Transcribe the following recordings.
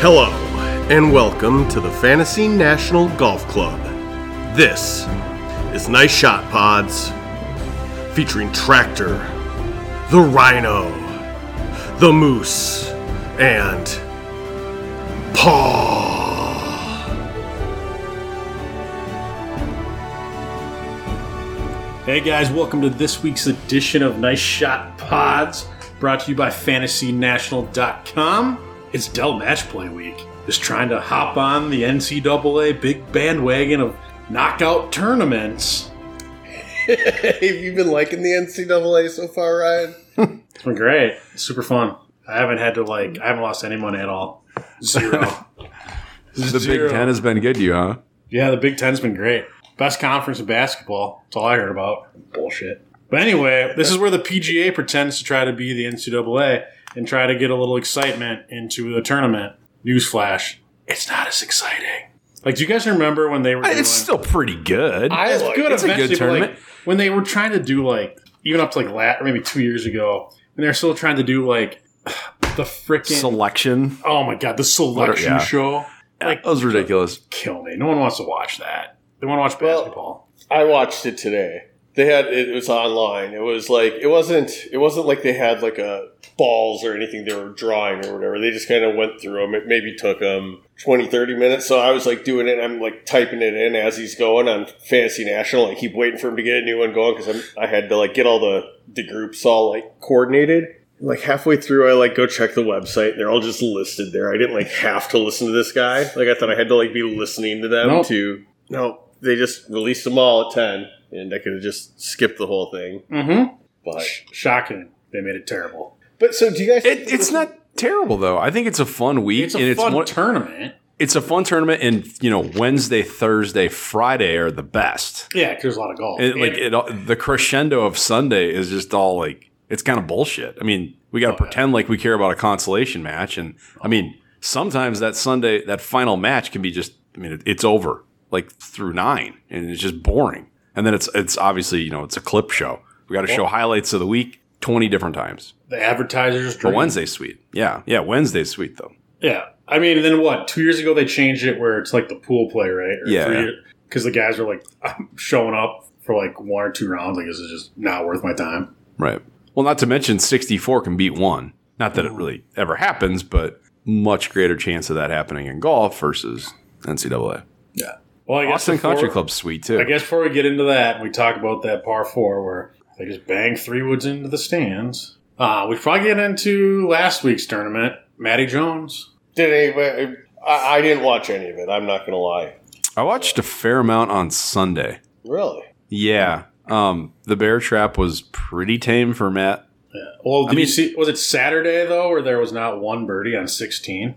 Hello, and welcome to the Fantasy National Golf Club. This is Nice Shot Pods, featuring Tractor, the Rhino, the Moose, and Paw. Hey guys, welcome to this week's edition of Nice Shot Pods, brought to you by FantasyNational.com. It's Dell Match Play Week. Just trying to hop on the NCAA big bandwagon of knockout tournaments. Have you been liking the NCAA so far, Ryan? It's been great. It's super fun. I haven't had to like, I haven't lost any money at all. Zero. The Zero. Big Ten has been good to you, huh? Yeah, the Big Ten's been great. Best conference in basketball. That's all I heard about. Bullshit. But anyway, this is where the PGA pretends to try to be the NCAA and try to get a little excitement into the tournament. Newsflash: It's not as exciting. Like, do you guys remember when they were? doing- It's still pretty good. it's good. it's a good eventually, but, like, tournament. when they were trying to do like even up to like lat maybe two years ago, and they're still trying to do like the freaking Selection. oh my god the selection yeah. show. Like, That was ridiculous. kill me. No one wants to watch that. They want to watch Well, basketball. I watched it today. They had it was online. It was like it wasn't it wasn't like they had like a balls or anything they were drawing or whatever. They just kind of went through them. It maybe took them 20 30 minutes. So I was like doing it. I'm like typing it in as he's going on Fantasy National. I keep waiting for him to get a new one going because I had to like get all the the groups all like coordinated. Like halfway through, I like go check the website. and They're all just listed there. I didn't like have to listen to this guy. Like I thought I had to like be listening to them Nope. to no, they just released them all at ten, and I could have just skipped the whole thing. Mm-hmm. But Shocking. They made it terrible. but so do you guys? It, it's not terrible though. I think it's a fun week, It's a and it's fun one, tournament. it's a fun tournament. And you know, Wednesday, Thursday, Friday are the best. Yeah, 'cause there's a lot of golf. It, like And- it, all- the crescendo of Sunday is just all like it's kind of bullshit. I mean, we got to pretend like we care about a consolation match, and I mean, sometimes that Sunday, that final match can be just. I mean, it, it's over like through nine, and it's just boring. And then it's it's obviously you know it's a clip show. We got to show highlights of the week twenty different times. the advertisers. But dream. Wednesday's sweet, yeah, yeah. Wednesday's sweet though. Yeah. I mean, then what? Two years ago, they changed it where it's like the pool play, right? Or Yeah. Because the guys were like showing up for like one or two rounds. Like, this is just not worth my time. Right. Well, not to mention 64 can beat one. Not Mm-hmm. that it really ever happens, but much greater chance of that happening in golf versus NCAA. Well, I guess Austin before- Country Club's sweet too. I guess before we get into that, we talk about that par four where they just bang three woods into the stands. Uh, we probably get into last week's tournament. Matty Jones. Did anybody? I, I didn't watch any of it. I'm not gonna lie. I watched a fair amount on Sunday. Really? Yeah. Um, the bear trap was pretty tame for Matt. Well, did you mean- see? Was it Saturday though, where there was not one birdie on sixteen?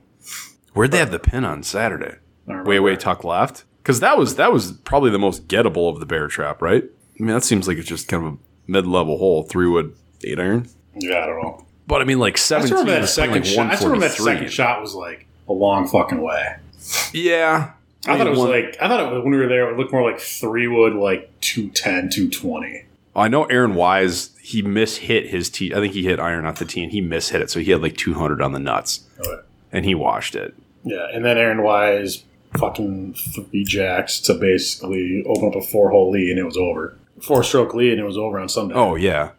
Where'd they have the pin on Saturday? Way, way tuck left. Because that was that was probably the most gettable of the bear trap, right? I mean, that seems like it's just kind of a mid level hole, three wood, eight iron. Yeah, I don't know. But I mean, like I just seventeen. remember that was playing, second like, shot. I just remember that 143. second shot was like a long fucking way. Yeah, I, thought it was One- like I thought it was, when we were there, it looked more like three wood, like 210, 220. I know Aaron Wise, he mishit his tee. I think he hit iron off the tee and he mishit it. So he had like 200 on the nuts Okay. and he washed it. Yeah, and then Aaron Wise fucking three jacks to basically open up a four hole lead, and it was over. Four stroke lead, and it was over on Sunday. Oh, yeah.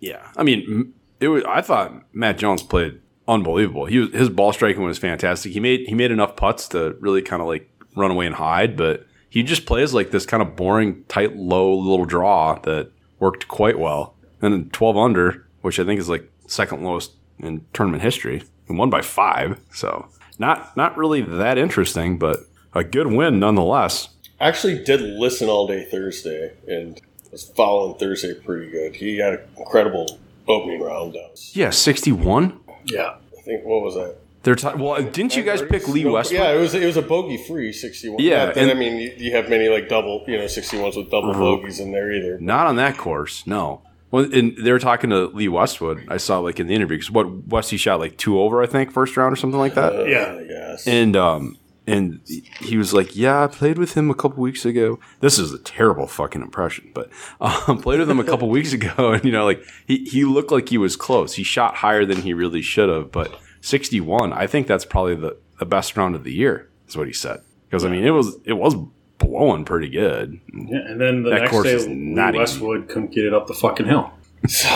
Yeah. I mean, m- it was, I thought Matt Jones played unbelievable. He was, his ball striking was fantastic. He made, he made enough putts to really kind of like run away and hide, but he just plays like this kind of boring, tight, low little draw that worked quite well. And then 12 under, which I think is like second lowest in tournament history, and won by five. So not not really that interesting, but a good win nonetheless. I actually did listen all day Thursday and was following Thursday pretty good. He had an incredible opening round. That was- Yeah, 61. yeah, I think what was that? They're t- well. Didn't you guys pick Lee No, Westbrook? Yeah, it was it was a bogey free sixty one. Yeah, and I and- Uh-huh. mean you, you have many like double you know sixty ones with double bogeys in there either. Not on that course, no. Well, and they were talking to Lee Westwood. I saw like in the interview because what Westy shot like two over, I think, first round or something like that. Yeah. I guess. And um, and he was like, "Yeah, I played with him a couple weeks ago. This is a terrible fucking impression, but um, played with him a couple weeks ago, and you know, like he he looked like he was close. He shot higher than he really should have, but 61. I think that's probably the the best round of the year, is what he said. Because I mean, it was it was blowing pretty good. Yeah, and then the That next course day, is not Lee Westwood couldn't get it up the fucking hill. So,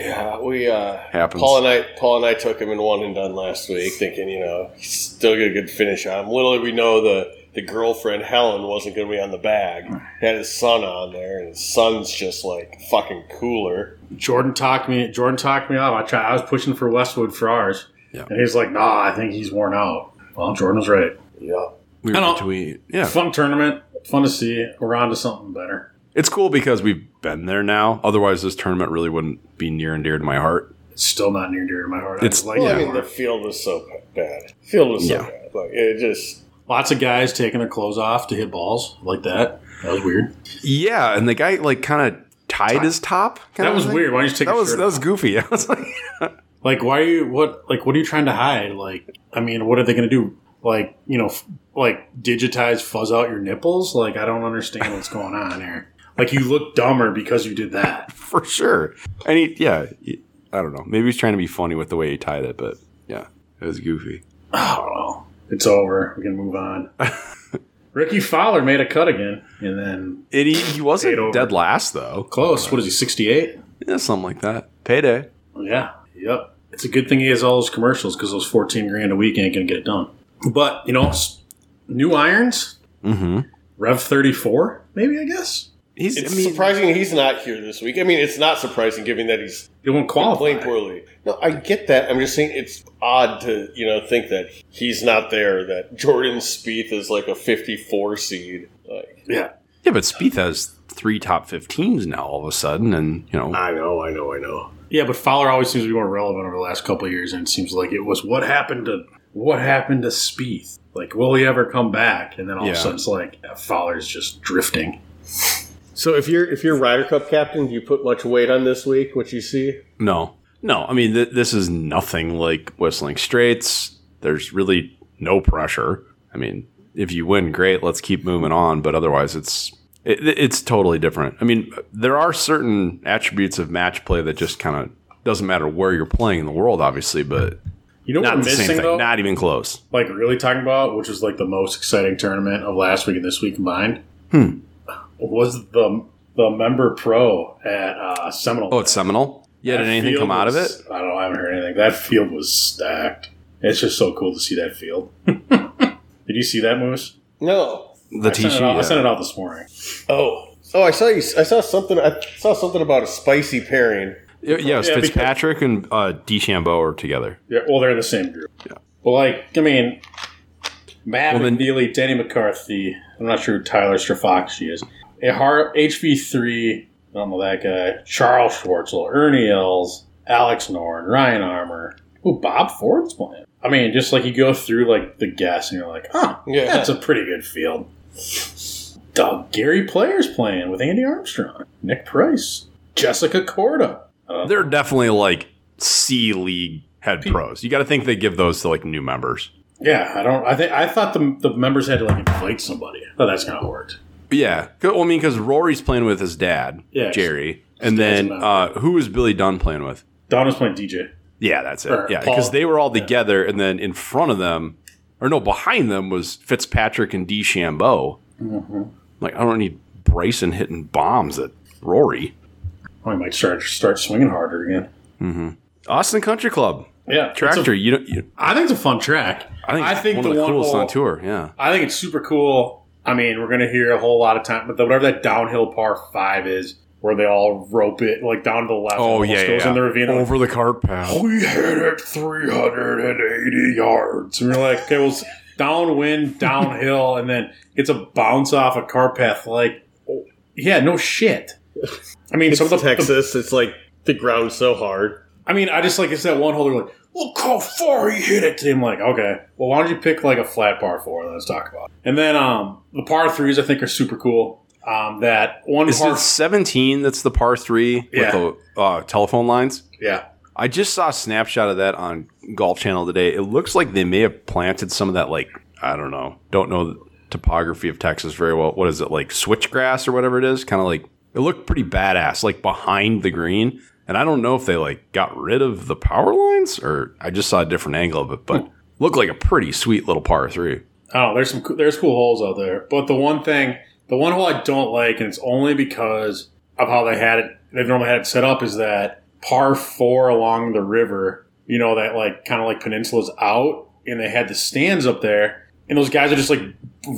yeah, we uh, Happens. Paul and I, Paul and I took him in one and done last week, thinking you know he's still get a good finish on him. Little did we know the the girlfriend Helen wasn't going to be on the bag. Had his son on there, and his son's just like fucking cooler. Jordan talked me. Jordan talked me off. I tried. I was pushing for Westwood for ours, Yeah. and he's like, "Nah, I think he's worn out." Well, Jordan was right. Yeah, We were I don't- between, yeah, Fun tournament. Fun to see. We're on to something better. it's cool because we've been there now. Otherwise, this tournament really wouldn't be near and dear to my heart. It's still not near and dear to my heart. I It's- just like well, I it. mean the field was so bad. Field was so Yeah. bad. Like it just Lots of guys taking their clothes off to hit balls like that. That was weird. Yeah, and the guy like kind of tied his top. kinda That was thing. weird. Why don't you take That your was shirt that was off? goofy. I was like, Like, why are you what? Like, what are you trying to hide? Like, I mean, what are they going to do? Like, you know, f- like digitize, fuzz out your nipples? Like, I don't understand what's going on here. Like, you look dumber because you did that. for sure. And he, yeah, he- I don't know. Maybe he's trying to be funny with the way he tied it, but yeah, it was goofy. I don't know. It's over. We can move on. Ricky Fowler made a cut again, and then And he, he Paid over. wasn't dead last though. close. What is he? Sixty-eight. Yeah, something like that. Payday. Yeah. Yep. It's a good thing he has all those commercials because those fourteen grand a week ain't gonna get it done. But you know, s- new irons, Mm-hmm. Rev thirty-four, maybe I guess He's it's I mean, surprising he's not here this week. I mean, it's not surprising given that he's it won't qualify. playing poorly. No, I get that. I'm just saying it's odd to you know think that he's not there. That Jordan Spieth is like a 54 seed. Like Yeah. Yeah, but Spieth has three top 15s now all of a sudden, and you know, I know, I know, I know. Yeah, but Fowler always seems to be more relevant over the last couple of years, and it seems like it was what happened to what happened to Spieth. Like, will he ever come back? And then all of Yeah. a sudden, it's like yeah, Fowler's just drifting. so, if you're if you're Ryder Cup captain, do you put much weight on this week? What you see? no, no. I mean, th- this is nothing like Whistling Straits. There's really no pressure. I mean, if you win, great. Let's keep moving on. But otherwise, it's it, it's totally different. I mean, there are certain attributes of match play that just kind of doesn't matter where you're playing in the world, obviously, but You know what not we're the same missing thing. though? Not even close. like really talking about, which was like the most exciting tournament of last week and this week combined, Hmm. was the the member pro at uh, Seminole. Oh, it's Seminole. Yeah, That did anything field come out of it? was- I don't. know. I haven't heard anything. That field was stacked. It's just so cool to see that field. Did you see that, Moose? No. The I sent, T-shirt. it out, I sent it out this morning. Oh. Oh, I saw you. I saw something. I saw something about a spicy pairing. Yeah, yeah, it was Yeah, because- Fitzpatrick and uh, DeChambeau are together. Yeah, well, they're in the same group. Yeah. But like, I mean, Matt Well, then- McNeely, Danny McCarthy. I'm not sure who Tyler Strafoxy is. A har HV3. I don't know that guy. Charles Schwartzel, Ernie Els, Alex Norn, Ryan Armour. Ooh, Bob Ford's playing. I mean, just like you go through like the guess, and you're like, huh, Yeah. that's a pretty good field. Doug Gary Player's playing with Andy Armstrong, Nick Price, Jessica Corda. Uh, They're definitely like C league head pros. You got to think they give those to like new members. Yeah, I don't. I think I thought the the members had to like invite somebody. Oh, that's kind of worked. Yeah, 'Cause- well, I mean, because Rory's playing with his dad, Yeah, Jerry, and dad's then a member. uh, who was Billy Dunn playing with? Don was playing DJ. Yeah, that's it. Or Yeah, Paul. because they were all together, and then in front of them, or no, behind them was Fitzpatrick and DeChambeau. Mm-hmm. Like, I don't need Bryson hitting bombs at Rory. Oh, he might start start swinging harder again. Austin Country Club Yeah, it's tractor. a- you don't. You, I think it's a fun track. I think, I it's think one the of the one coolest hole- on tour. Yeah. I think it's super cool. I mean, we're gonna hear a whole lot of time, but the, whatever that downhill par five is, where they all rope it like down to the left. Oh and yeah, almost goes yeah. in the ravine. and over the cart like, path. we hit it three hundred and eighty yards, and you're like, okay, well, it's downwind, downhill, and then it's a bounce off a car path. Like, oh, yeah, no shit. I mean, some of the, the It's like the ground's so hard. I mean, I just like it's that one hole. They're like, look how far he hit it. I'm like, okay, well, why don't you pick like a flat par four? Let's talk about. It. And then um, the par threes, I think, are super cool. Um, that one Is par, it 17 that's the par three Yeah. with the uh, telephone lines? yeah, I just saw a snapshot of that on Golf Channel today. It looks like they may have planted some of that, like, I don't know, don't know the topography of Texas very well. What is it, like switchgrass or whatever it is? Kind of like, it looked pretty badass, like behind the green. Hmm. And I don't know if they like got rid of the power lines or I just saw a different angle of it, but Looked like a pretty sweet little par three. Oh, there's some coo- there's cool holes out there, but the one thing, the one hole I don't like, and it's only because of how they had it. They've normally had it set up is that par four along the river. You know that like kind of like peninsula's out, and they had the stands up there, and those guys are just like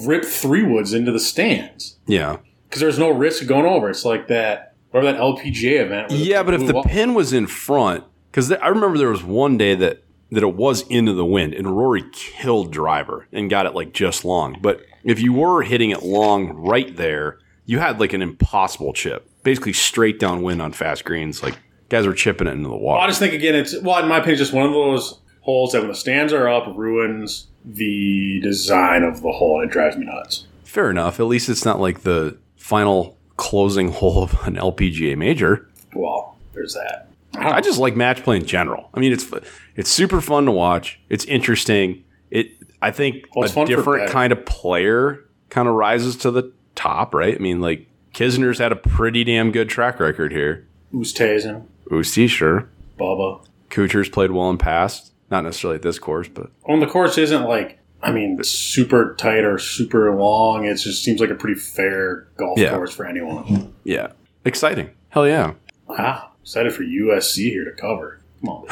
rip three woods into the stands Yeah. because there's no risk of going over. It's like that whatever that LPGA event. where Yeah, but if blew the up- pin was in front, because I remember there was one day that that it was into the wind, and Rory killed driver and got it like just long. But if you were hitting it long right there, you had like an impossible chip, basically straight downwind on fast greens. Like guys were chipping it into the Well, I water. just think again, it's well, in my opinion, it's just one of those holes that when the stands are up, ruins the design of the hole, and it drives me nuts. Fair enough. At least it's not like the final closing hole of an LPGA major. Well, there's that. I just like match play in general. I mean, it's it's super fun to watch. It's interesting. It I think Well, it's a fun for different better. kind of player kind of rises to the top, right? I mean, like Kisner's had a pretty damn good track record here. Ustays and Usti, sure. Bubba. Kuchar's played well in past, not necessarily at this course, but When Oh, the course isn't like, I mean, super tight or super long, it just seems like a pretty fair golf Yeah. course for anyone. yeah, exciting. Hell yeah. Wow, excited for USC here to cover. Come on,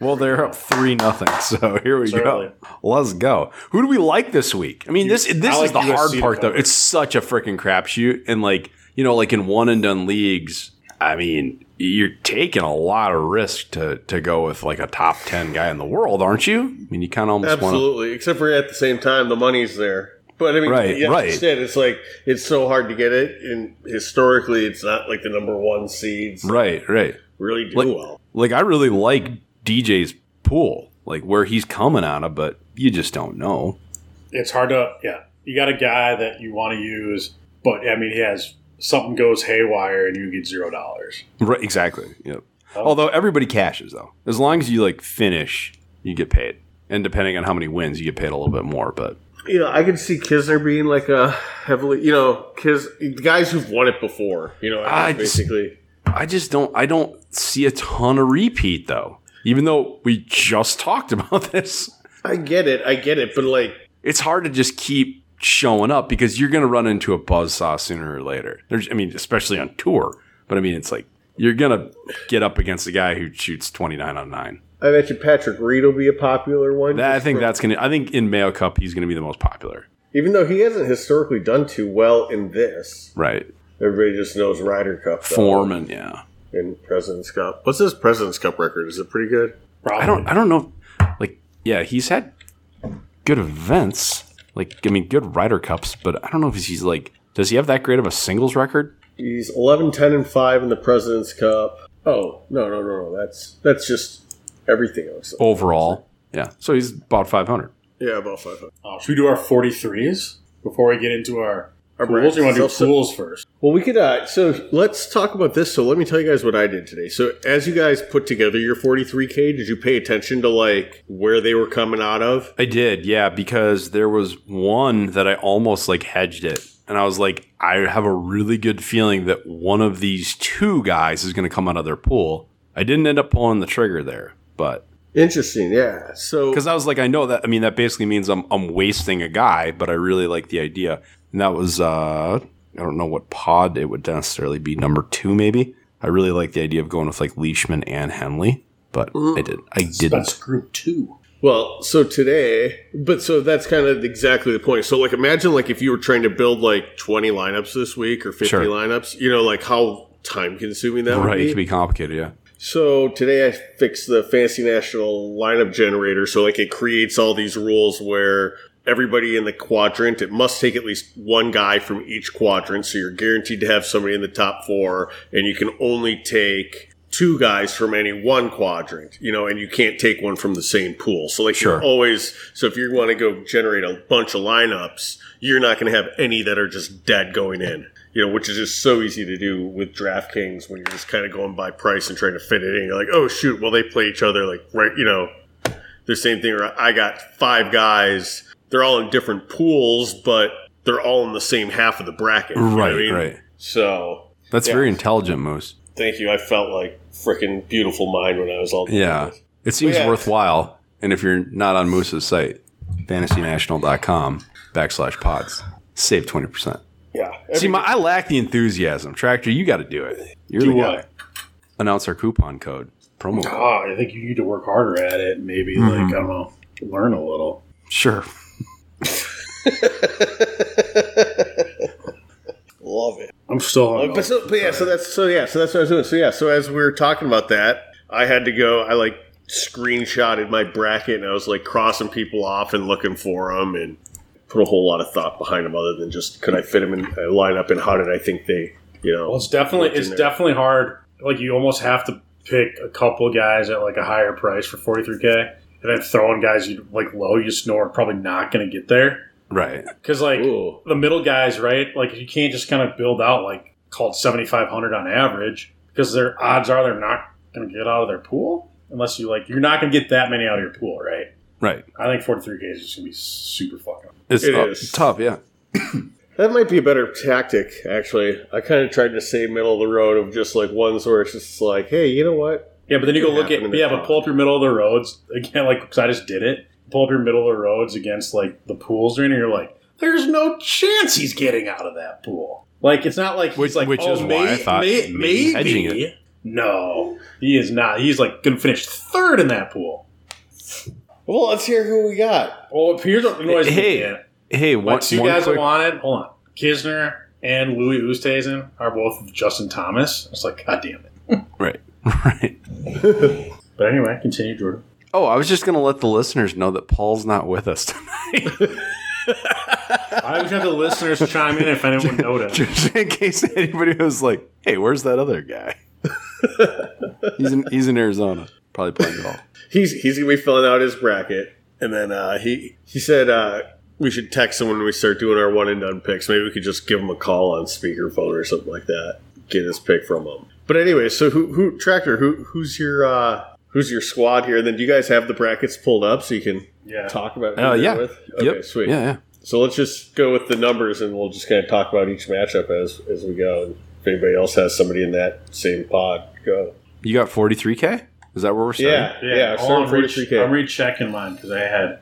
Well, they're up three nothing, so here we Certainly. go. Let's go. Who do we like this week? I mean, this this I is like the hard USC to part, though. cover. It's such a freaking crapshoot, and like you know, like in one and done leagues, I mean, you're taking a lot of risk to to go with like a top ten guy in the world, aren't you? I mean, you kind of almost want Absolutely. Except for at the same time, the money's there. But I mean, Right, you right. understand, it's like it's so hard to get it, and historically, it's not like the number one seeds to, right, right. really do Like- well. Like I really like DJ's pool, like where he's coming out of, but you just don't know. it's hard to yeah. You got a guy that you want to use, but I mean, he has something goes haywire and you get zero dollars. Right, exactly. Yep. Although everybody cashes though, as long as you like finish, you get paid, and depending on how many wins, you get paid a little bit more. But You know, I can see Kisner being like a heavily, you know, Kis guys who've won it before. You know, I just- basically. I just don't. I don't see a ton of repeat though. Even though we just talked about this, I get it. I get it. But like, it's hard to just keep showing up because you're going to run into a buzzsaw sooner or later. There's, I mean, especially on tour. But I mean, it's like you're going to get up against a guy who shoots twenty nine on nine. I bet you Patrick Reed will be a popular one. That, I just think from- that's gonna. I think in Mayo Cup he's gonna be the most popular. even though he hasn't historically done too well in this, Right. everybody just knows Ryder Cup though, Form and yeah. and President's Cup. What's his President's Cup record? Is it pretty good? Probably. I don't I don't know like yeah, he's had good events. Like I mean good Ryder Cups, but I don't know if he's like does he have that great of a singles record? He's 11, 10, and 5 in the President's Cup. Oh, no, no, no, no. That's that's just everything else. Overall. Yeah. So he's about five hundred. Yeah, about 500. Uh, should we do our 43s before we get into our, Our pools? Or you want to do brackets. pools first? Well, we could. Uh, so let's talk about this. So let me tell you guys what I did today. So as you guys put together your 43K, did you pay attention to like where they were coming out of? I did, yeah, because there was one that I almost like hedged it. And I was like, I have a really good feeling that one of these two guys is gonna come out of their pool. I didn't end up pulling the trigger there, but Interesting, yeah. So because I was like, I know that. I mean, that basically means I'm I'm wasting a guy, but I really like the idea. And that was uh, I don't know what pod it would necessarily be number two, maybe. I really like the idea of going with like Leishman and Henley, but I did I That's didn't. group two. Well, so today, but so that's kind of exactly the point. So, like, imagine like if you were trying to build like twenty lineups this week or fifty Sure. lineups, you know, like how time consuming that Right, it would could be. be complicated. Yeah, So today I fixed the Fancy National lineup generator, so like it creates all these rules where everybody in the quadrant it must take at least one guy from each quadrant, so you're guaranteed to have somebody in the top four, and you can only take. Two guys from any one quadrant, you know, and you can't take one from the same pool. So, like, Sure. you're always so if you want to go generate a bunch of lineups, you're not going to have any that are just dead going in. You know, which is just so easy to do with DraftKings when you're just kind of going by price and trying to fit it in. You're like, oh shoot, well they play each other like right, you know, the same thing. Or I got five guys, they're all in different pools, but they're all in the same half of the bracket. you know what I right, mean? right. So That's Yeah. very intelligent, Moose. thank you. I felt like freaking beautiful mind when I was all done Yeah, with it. it seems yeah. worthwhile. And if you're not on Moose's site, fantasynational.com backslash pods, save 20%. Yeah. See, my, I lack the enthusiasm. Tractor, you got to do it. You're Do the guy. what? Announce our coupon code, promo code. Ah, I think you need to work harder at it. Maybe Mm-hmm. like I don't know, learn a little. Sure. Love it. I'm still Uh, on. but so, but yeah, so that's so yeah, so that's what I was doing. So yeah, so as we were talking about that, I had to go. I like screenshotted my bracket, and I was like crossing people off and looking for them, and put a whole lot of thought behind them, other than just could I fit them in a lineup, and how did I think they, you know, Well, it's definitely Looked in it's there. definitely hard. Like you almost have to pick a couple guys at like a higher price for 43k, and then throwing guys you like low, you just know are probably not going to get there. Right. Because like Ooh. the middle guys, right? Like you can't just kind of build out like called 7500 on average because their odds are they're not going to get out of their pool unless you like you're not going to get that many out of your pool, right? Right. I think 43k is just going to be super fucking. It's It uh, is. tough, yeah. That might be a better tactic, actually. I kind of tried to say middle of the road of just like ones where it's just like, hey, you know what? Yeah, but then you go It look at happened in yeah, the but pull up your middle of the roads again, like because I just did it. Pull up your middle of the roads against like the pools, and you're like, there's no chance he's getting out of that pool. Like it's not like he's Which- like, which oh, is why may- I thought may- maybe hedging maybe. No, he is not. He's like gonna finish third in that pool. Well, let's hear who we got. Well, here's what annoys Hey, me. again. Hey, one, What two one guys quick- I wanted? Hold on, Kisner and Louis Oosthuizen are both Justin Thomas. It's like, god damn it. Right. Right. But anyway, continue, Jordan. Oh, I was just going to let the listeners know that Paul's not with us tonight. I was going to have the listeners chime in if anyone noticed. just in case anybody was like, "Hey, where's that other guy?" he's in he's in Arizona, probably playing golf. He's he's gonna be filling out his bracket, and then uh, he he said uh, we should text him when we start doing our one and done picks. Maybe we could just give him a call on speakerphone or something like that. Get his pick from him. But anyway, so who who tractor who who's your uh, who's your squad here? And then do you guys have the brackets pulled up so you can Yeah. talk about who Uh, you're yeah. with? Okay, yep. sweet. Yeah, yeah. So let's just go with the numbers, and we'll just kind of talk about each matchup as as we go. And if anybody else has somebody in that same pod, go. You got 43k? Is that where we're starting? Yeah, yeah. starting I'm, re- 43K. I'm rechecking mine because I had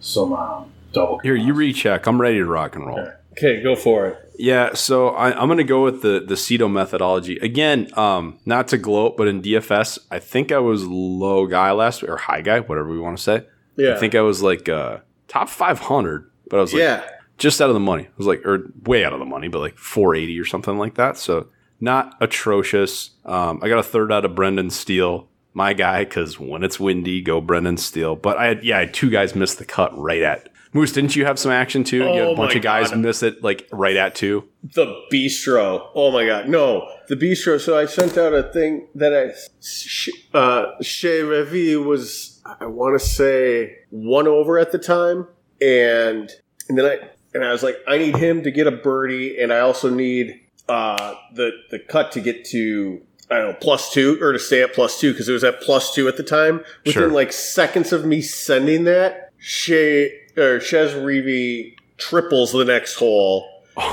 some um, double. Here, you recheck. I'm ready to rock and roll. Okay. okay, go for it. Yeah, so I, I'm going to go with the the Ceto methodology again. Um, not to gloat, but in DFS, I think I was low guy last or high guy, whatever we want to say. Yeah, I think I was like uh, top 500, but I was like yeah. just out of the money. It was like, or way out of the money, but like 480 or something like that. So not atrocious. Um, I got a third out of Brendan Steele, my guy, because when it's windy, go Brendan Steele. But I had, yeah, I had two guys miss the cut right at. Moose, didn't you have some action too? you had Oh a bunch my of guys God. miss it like right at two. The bistro. Oh my god, no, the bistro. So I sent out a thing that I sh- uh, Chez Revy was I want to say one over at the time, and and then I and I was like, I need him to get a birdie, and I also need uh, the the cut to get to. I don't know, plus two or to stay at plus two because it was at plus two at the time. Within Sure. like seconds of me sending that, Shay or Chez Reeve triples the next hole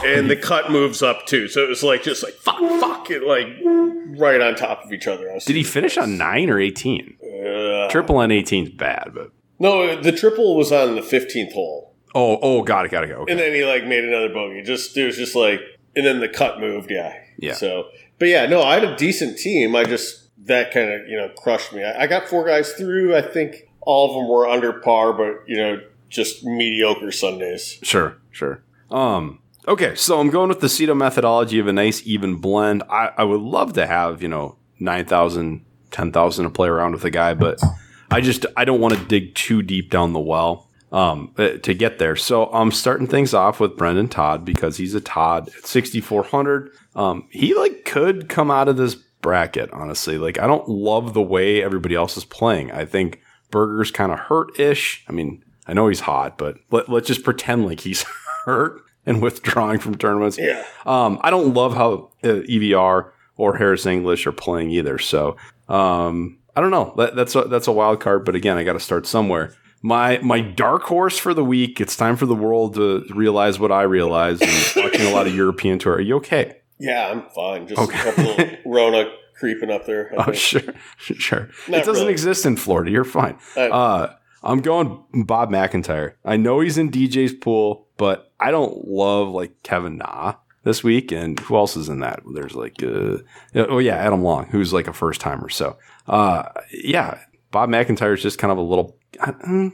and the cut moves up too. So it was like just like fuck, fuck it, like right on top of each other. I was Did he finish on nine or 18? Uh, Triple on 18 is bad, but. no, the triple was on the fifteenth hole, Oh, oh, got it, got it, got it. Okay. and then he like made another bogey. Just it was just like, and then the cut moved. Yeah, Yeah. So, but yeah, no, I had a decent team. I just that kind of you know crushed me. I, I got four guys through. I think all of them were under par, but you know just mediocre Sundays. Sure, sure. Um, okay, so I'm going with the Ceto methodology of a nice even blend. I, I would love to have, you know, 9,000, 10,000 to play around with a guy, but I just I don't want to dig too deep down the well um, uh, to get there. So I'm starting things off with Brendan Todd because he's a Todd at 6400. Um, he like could come out of this bracket honestly. Like I don't love the way everybody else is playing. I think Berger's kind of hurt ish. I mean I know he's hot, but let, let's just pretend like he's hurt and withdrawing from tournaments. Yeah. Um, I don't love how uh, EVR or Harris English are playing either. So um, I don't know. That, that's a, that's a wild card, but again, I got to start somewhere. My my dark horse for the week. It's time for the world to realize what I realize. And watching a lot of European tour. Are you okay? Yeah, I'm fine. Just Okay. a couple Rona creeping up there. I Oh think. sure, sure. Not it doesn't really. exist in Florida. You're fine. Uh, Uh, I'm going Bob McIntyre. I know he's in DJ's pool, but I don't love like Kevin Na this week. And who else is in that? There's like, uh, oh yeah, Adam Long, who's like a first timer. So, uh, yeah, Bob McIntyre is just kind of a little, uh,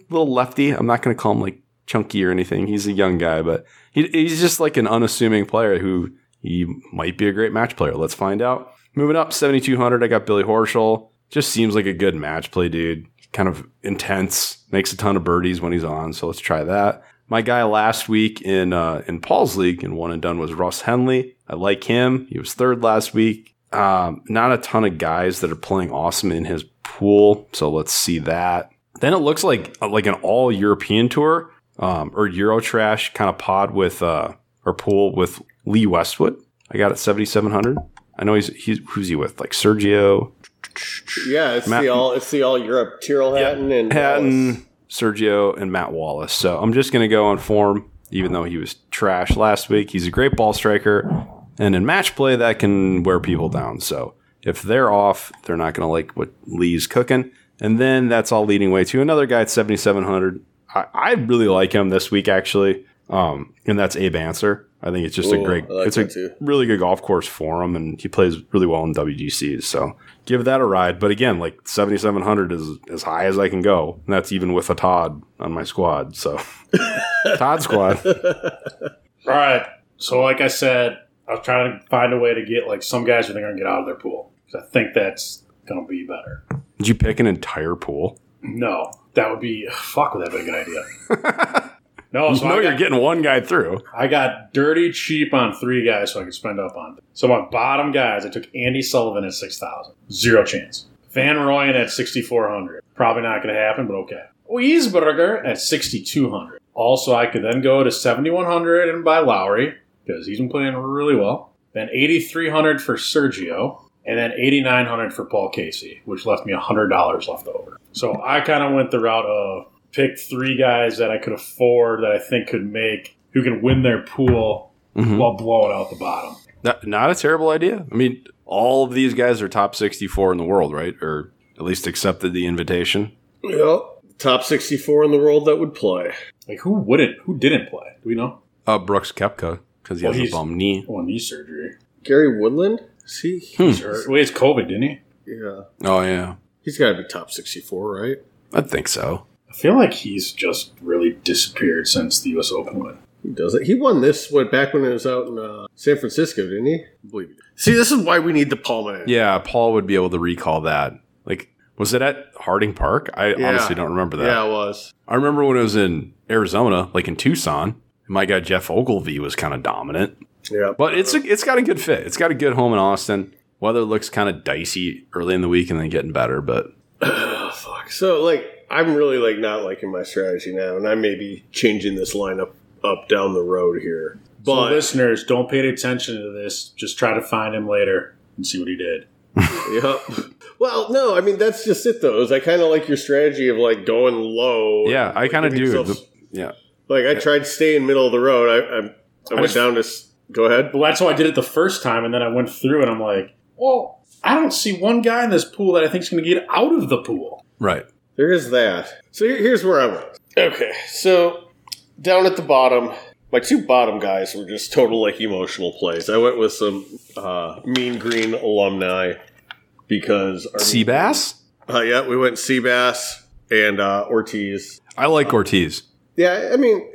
little lefty. I'm not going to call him like chunky or anything. He's a young guy, but he, he's just like an unassuming player who he might be a great match player. Let's find out. Moving up, 7,200. I got Billy Horschel. Just seems like a good match play, dude. Kind of intense. Makes a ton of birdies when he's on. So let's try that. My guy last week in uh, in Paul's league in one and done was Russ Henley. I like him. He was third last week. Um, not a ton of guys that are playing awesome in his pool. So let's see that. Then it looks like like an all European tour um, or Eurotrash kind of pod with uh, or pool with Lee Westwood. I got it seventy seven hundred. I know he's, he's who's he with like Sergio Yeah, it's Matt- the all it's the all Europe Tyrrell Hatton and Patton, Wallace. Sergio, and Matt Wallace. So I'm just going to go on form, even though he was trash last week. He's a great ball striker, and in match play that can wear people down. So if they're off, they're not going to like what Lee's cooking, and then that's all leading way to another guy at 7,700. I, I really like him this week actually, um, and that's Abe Answer. I think it's just a Ooh, great, I like it's a that too. really good golf course for him, and he plays really well in WGCs. So give that a ride. But again, like 7,700 is as high as I can go. And that's even with a Todd on my squad. So Todd squad. All right. So, like I said, I was trying to find a way to get like some guys who are going to get out of their pool 'cause I think that's going to be better. Did you pick an entire pool? No, that would be fuck. Would that be a good idea? No, You Oh, so know I, you're got, getting one guy through. I got dirty cheap on three guys, so I could spend up on. Them. So my bottom guys, I took Andy Sullivan at six thousand, zero chance. Van Royen at sixty four hundred, probably not going to happen, but okay. Wiesberger at sixty two hundred. Also, I could then go to seventy one hundred and buy Lowry because he's been playing really well. Then eighty three hundred for Sergio. And then eighty nine hundred for Paul Casey, which left me hundred dollars left over. So I kind of went the route of pick three guys that I could afford that I think could make who can win their pool while blowing out the bottom. Not, not a terrible idea. I mean, all of these guys are top 64 in the world, right? Or at least accepted the invitation. Yep. Top 64 in the world that would play. Like who wouldn't? Who didn't play? Do we know? Uh, Brooks Kepka, because he Well, has a he's- bum knee. Oh, knee surgery. Gary Woodland? See? Hmm. He's hurt. Wait, it's COVID, didn't he? Yeah. Oh, yeah. He's got to be top 64, right? I think so. I feel like he's just really disappeared since the U.S. Open win. He does it. He won this what back when it was out in uh, San Francisco, didn't he? I believe he did. See, this is why we need the Palman. Yeah, Paul would be able to recall that. Like, was it at Harding Park? I Yeah. honestly don't remember that. Yeah, it was. I remember when I was in Arizona, like in Tucson, my guy Jeff Ogilvy was kind of dominant. Yeah. But it's a, it's got a good fit. It's got a good home in Austin. Weather looks kind of dicey early in the week and then getting better, but oh, fuck. So, like, I'm really, like, not liking my strategy now, and I may be changing this lineup up down the road here. But But, listeners, don't pay any attention to this. Just try to find him later and see what he did. yep. Well, no, I mean, that's just it, though. Is I kind of like your strategy of, like, going low. yeah, I Like, kind of giving do. yourself- The- yeah. Like I tried to stay in middle of the road. I I, I, went just- down to s- go ahead. Well, that's how I did it the first time, and then I went through and I'm like, well, I don't see one guy in this pool that I think's going to get out of the pool. Right. There is that. So here- here's where I was. Okay, so down at the bottom, my two bottom guys were just total like emotional plays. I went with some uh, Mean Green alumni because our Seabass? Uh, yeah, we went Seabass and uh, Ortiz. I like Ortiz. Yeah, I mean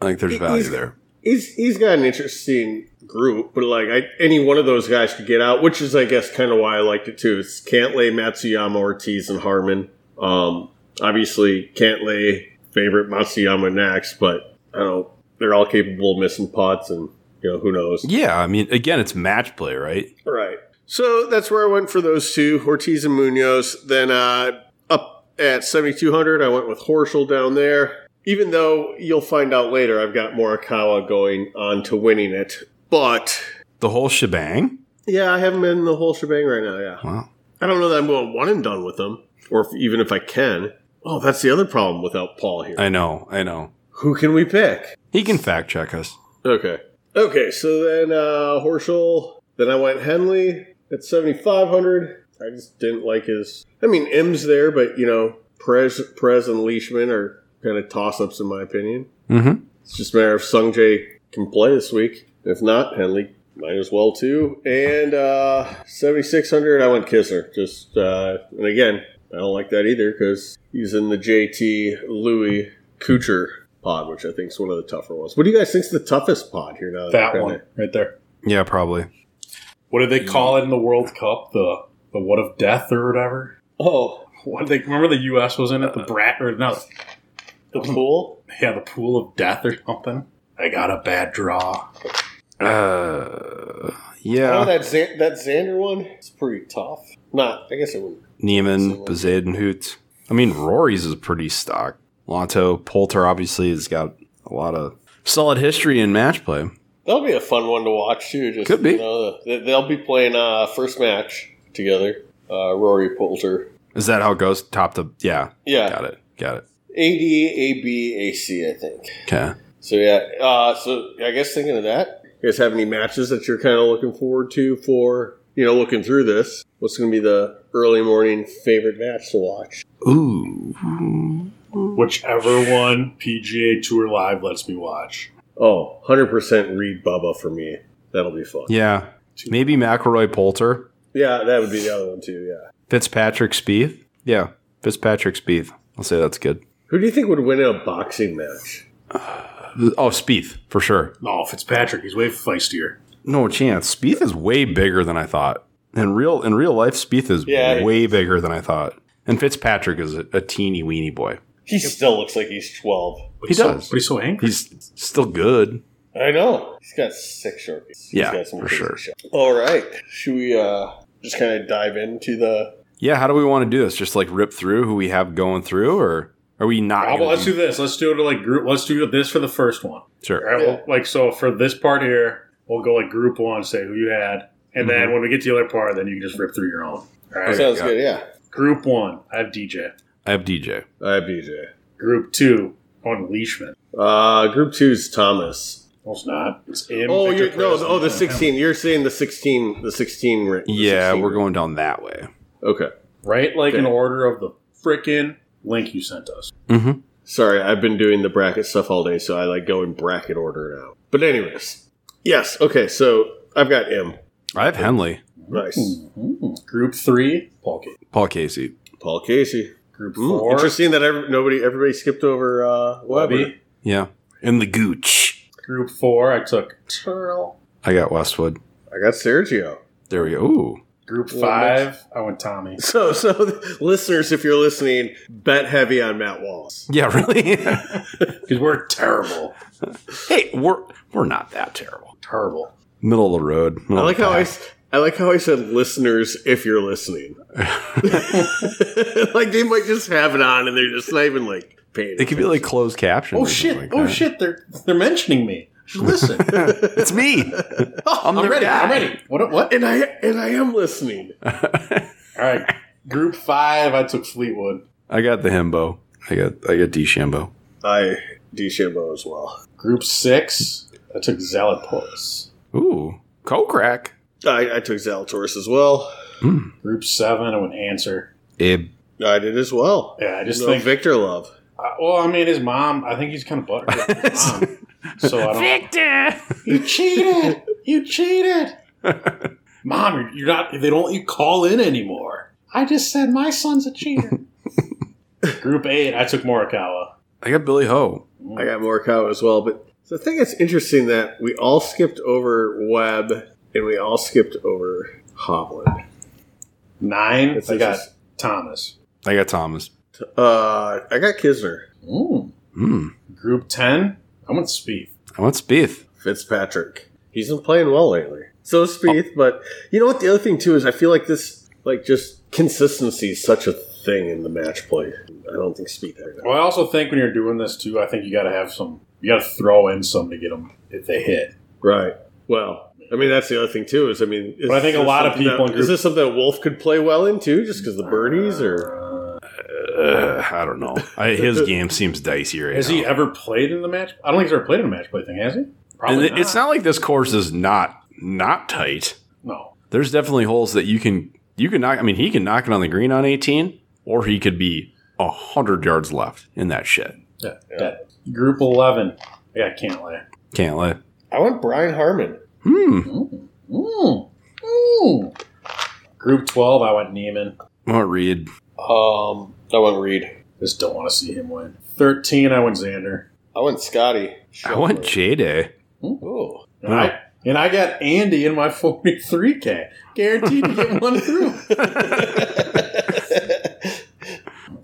I think there's He- value he's- there. he's he's got an interesting group, but like I, any one of those guys could get out, which is I guess kind of why I liked it too. It's Cantlay, Matsuyama, Ortiz, and Harmon. Um, obviously Cantlay favorite, Matsuyama next, but I don't. They're all capable of missing putts, and you know who knows. Yeah, I mean again, it's match play, right? Right. So that's where I went for those two, Ortiz and Munoz. Then uh, up at 7,200, I went with Horschel down there. Even though you'll find out later, I've got Morikawa going on to winning it. But The whole shebang. yeah, I haven't been in the whole shebang right now. Yeah. Wow. I don't know that I'm going one and done with them, or if, even if I can. Oh, that's the other problem without Paul here. I know, I know. Who can we pick? He can fact check us. Okay. Okay, so then uh Horschel, then I went Henley at 7500. I just didn't like his I mean M's there, but you know, Perez, Perez and Leishman are kind of toss ups, in my opinion. Mm-hmm. It's just a matter of Sungjae can play this week. If not, Henley might as well too. And uh, seventy six hundred, I went Kisser. Just uh, and again, I don't like that either because he's in the JT Louis Kucher pod, which I think is one of the tougher ones. What do you guys think's the toughest pod here now? That we're one kinda- right there. Yeah, probably. What did they call it in the World Cup? The the what of death or whatever. Oh, What they remember the U.S. was in it. The brat or no, the pool. yeah, the pool of death or something. I got a bad draw. Uh, Oh, yeah. that Xan- that Xander one. It's pretty tough. Not, I guess it wouldn't. Neiman, Bazed, and Hoot. I mean, Rory's is pretty stock. Lanto, Poulter obviously has got a lot of solid history in match play. That'll be a fun one to watch too. Just Could be. You know, the- they'll be playing uh, first match together. Uh, Rory Poulter, Is that how it goes? Top to yeah. yeah, Got it. Got it. A D A B A C, I think. Okay. So yeah, uh, so I guess thinking of that, you guys have any matches that you're kind of looking forward to for you know looking through this? What's going to be the early morning favorite match to watch? Ooh. Whichever one PGA Tour Live lets me watch. Oh, 100 percent read Bubba for me. That'll be fun. Yeah. Yeah. Maybe McElroy, Poulter. that would be the other one too. Yeah. Fitzpatrick Spieth. Yeah, Fitzpatrick Spieth. I'll say that's good. Who do you think would win in a boxing match? Oh, Spieth for sure. No, Oh, Fitzpatrick, he's way feistier. No chance. Spieth is way bigger than I thought. In real in real life, Spieth is Yeah. way bigger than I thought. And Fitzpatrick is a, a teeny weeny boy. He still looks like he's 12. But He he's so- does. but he's so angry. He's still good. I know. He's got six shorties. Yeah, He's got some for crazy sure. shit. All right. Should we uh, just kind of dive into the. Yeah. How do we want to do this? Just like rip through who we have going through, or are we not? Oh, well, gonna let's do- do this. Let's do it like group. Let's do this for the first one. All sure. right, well, like so for this part here, we'll go like group one, say who you had, and then when we get to the other part, then you can just rip through your own. All right. Okay. Sounds yeah. good, yeah. Group one, I have DJ. I have DJ. I have BJ. Group two, on Leishman. Uh, group two is Thomas. No, it's not. It's him. Oh, Victor you're, no, Perez, oh, the and him. 16. You're saying the 16, the 16 ring. the Yeah, 16 we're ring. going down that way. Okay. Right, like in Okay. order of the frickin' link you sent us. Mm-hmm. Sorry, I've been doing the bracket stuff all day, so I like go in bracket order now. But, anyways. Yes. Okay, so I've got M. I have Henley, Nice. Mhm. Group three, Paul Gate. Paul Casey. Paul Casey. Group Ooh, four, interesting that every, nobody, everybody skipped over uh, Webber. Webby. Yeah, and the Gooch. Group four, I took Turl. I got Westwood. I got Sergio. There we go. Ooh. Group Well, five, I went Tommy. So, so listeners, if you're listening, bet heavy on Matt Wallace. Yeah, really? Because we're terrible. hey, we're we're not that terrible. terrible. Middle of the road. I like how I, s- I like how I said listeners, if you're listening. like they might just have it on, and they're just not even like paying. it could be like closed caption. Oh or shit! something like oh that. shit! They're they're mentioning me. Should listen. It's me. I'm, their ready. guy. I'm ready. What? What? and I and I am listening. All right. Group five. I took Fleetwood. I got the himbo. I got I got DeChambeau. I DeChambeau as well. Group six. I took Zalatoris. Ooh, co crack. I, I took Zalatoris as well. Group seven. I went answer. Abe. I did as well. Yeah, I just no think. Victor Love. I- well, I mean, his mom. I think he's kind of buttered. up with his mom. So I don't. Victor. You cheated! You cheated! mom, you're- you're not. They don't let you call in anymore. I just said my son's a cheater. Group eight. I took Morikawa. I got Billy Ho. I got Morikawa as well. But the thing that's interesting that we all skipped over Webb and we all skipped over Hovland. Nine. It's I got just- Thomas. I got Thomas. Uh, I got Kisner, Mm. Hmm. Group 10, I went Spieth. I want Spieth. Fitzpatrick. He's been playing well lately. So is Oh. Spieth, but you know what? The other thing too is I feel like this, like just consistency is such a thing in the match play. I don't think Spieth. had that. Well, I also think when you're doing this too, I think you got to have some, you got to throw in some to get them if they hit. Right. Well, I mean that's the other thing too is I mean. Is But I think a this lot of something people that- in is group- this something that Wolf could play well in too, just because the birdies or Uh, I don't know. I, his game seems dicey right Has now. he ever played in the match? I don't think he's ever played in a match play thing, has he? and Probably it- it's not like this course is not not tight. No. there's definitely holes that you can you can knock. I mean, he can knock it on the green on 18, or he could be 100 yards left in that shit. Yeah, that- Group 11. Yeah, can't lay. Can't lay. I want Brian Harmon. Hmm. Mm. Mm. Group 12, I went Neiman. I want Reed. Um, I want Reed. Just don't want to see him win. 13, I went Xander. I want Scotty. I want J Day. Ooh. And, I, and I got Andy in my 43K. Guaranteed to get one through.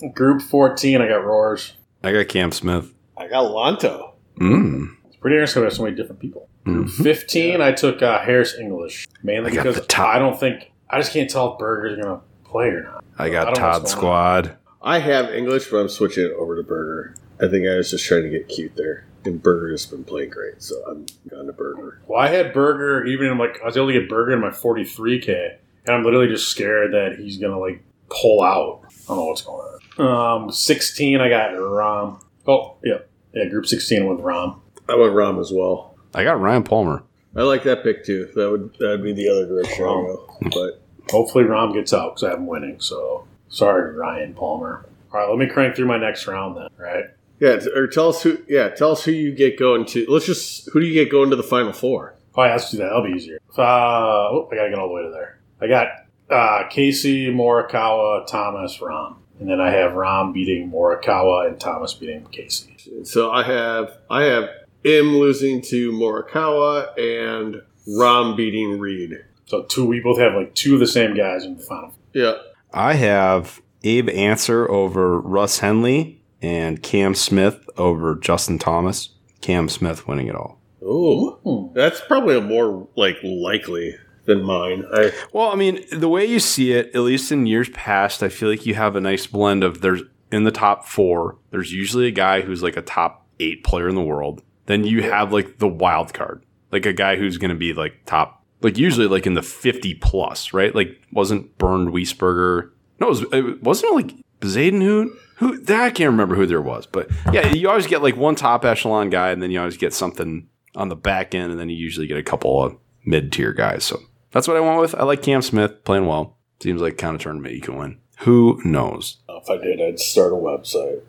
I Group 14, I got Roars. I got Cam Smith. got Lanto. Mm. It's pretty interesting we have so many different people. Mhm. 15, I took uh, Harris English. I Mainly got because the top. I don't think, I just can't tell if Burger's going to play or not. I I got don't know Todd what's going Squad. I have English, but I'm switching it over to Burger. I think I was just trying to get cute there. And Burger has been playing great, so I'm going to Burger. Well, I had Burger, even in like, I was able to get Burger in my 43K. And I'm literally just scared that he's going to like pull out. I don't know what's going on. Um, 16, I got Rom. Oh, yeah. Yeah, group 16 with Rom. I want Rom as well. I got Ryan Palmer. I like that pick too. That would that would be the other direction I go. But Hopefully, Rom gets out because I have him winning. So sorry, Ryan Palmer. All right, let me crank through my next round then. Right. yeah, t- or tell us who. Yeah, tell us who you get going to. Let's just who do you get going to the final four? Oh, yeah, let's do that. That'll be easier. Uh, oh, I gotta get all the way to there. I got uh, Casey, Morikawa, Thomas, Rom, and then I have Rom beating Morikawa and Thomas beating Casey. So I have I have M losing to Morikawa and Rom beating Reed. So two, we both have like two of the same guys in the final. Yeah, I have Abe Answer over Russ Henley and Cam Smith over Justin Thomas. Cam Smith winning it all. Ooh. Hmm. That's probably a more like likely than mine. I Well, I mean, the way you see it, at least in years past, I feel like you have a nice blend of there's in the top four, there's usually a guy who's like a top eight player in the world. Then you have like the wild card, like a guy who's going to be like top, like usually like in the 50 plus, right? Like wasn't Burned Wiesberger. No, it, was, it wasn't like Zayden who, who, that I can't remember who there was, but yeah, you always get like one top echelon guy and then you always get something on the back end and then you usually get a couple of mid tier guys. So that's what I went with. I like Cam Smith playing well. Seems like kind of tournament you can win. Who knows? if I did, I'd start a website.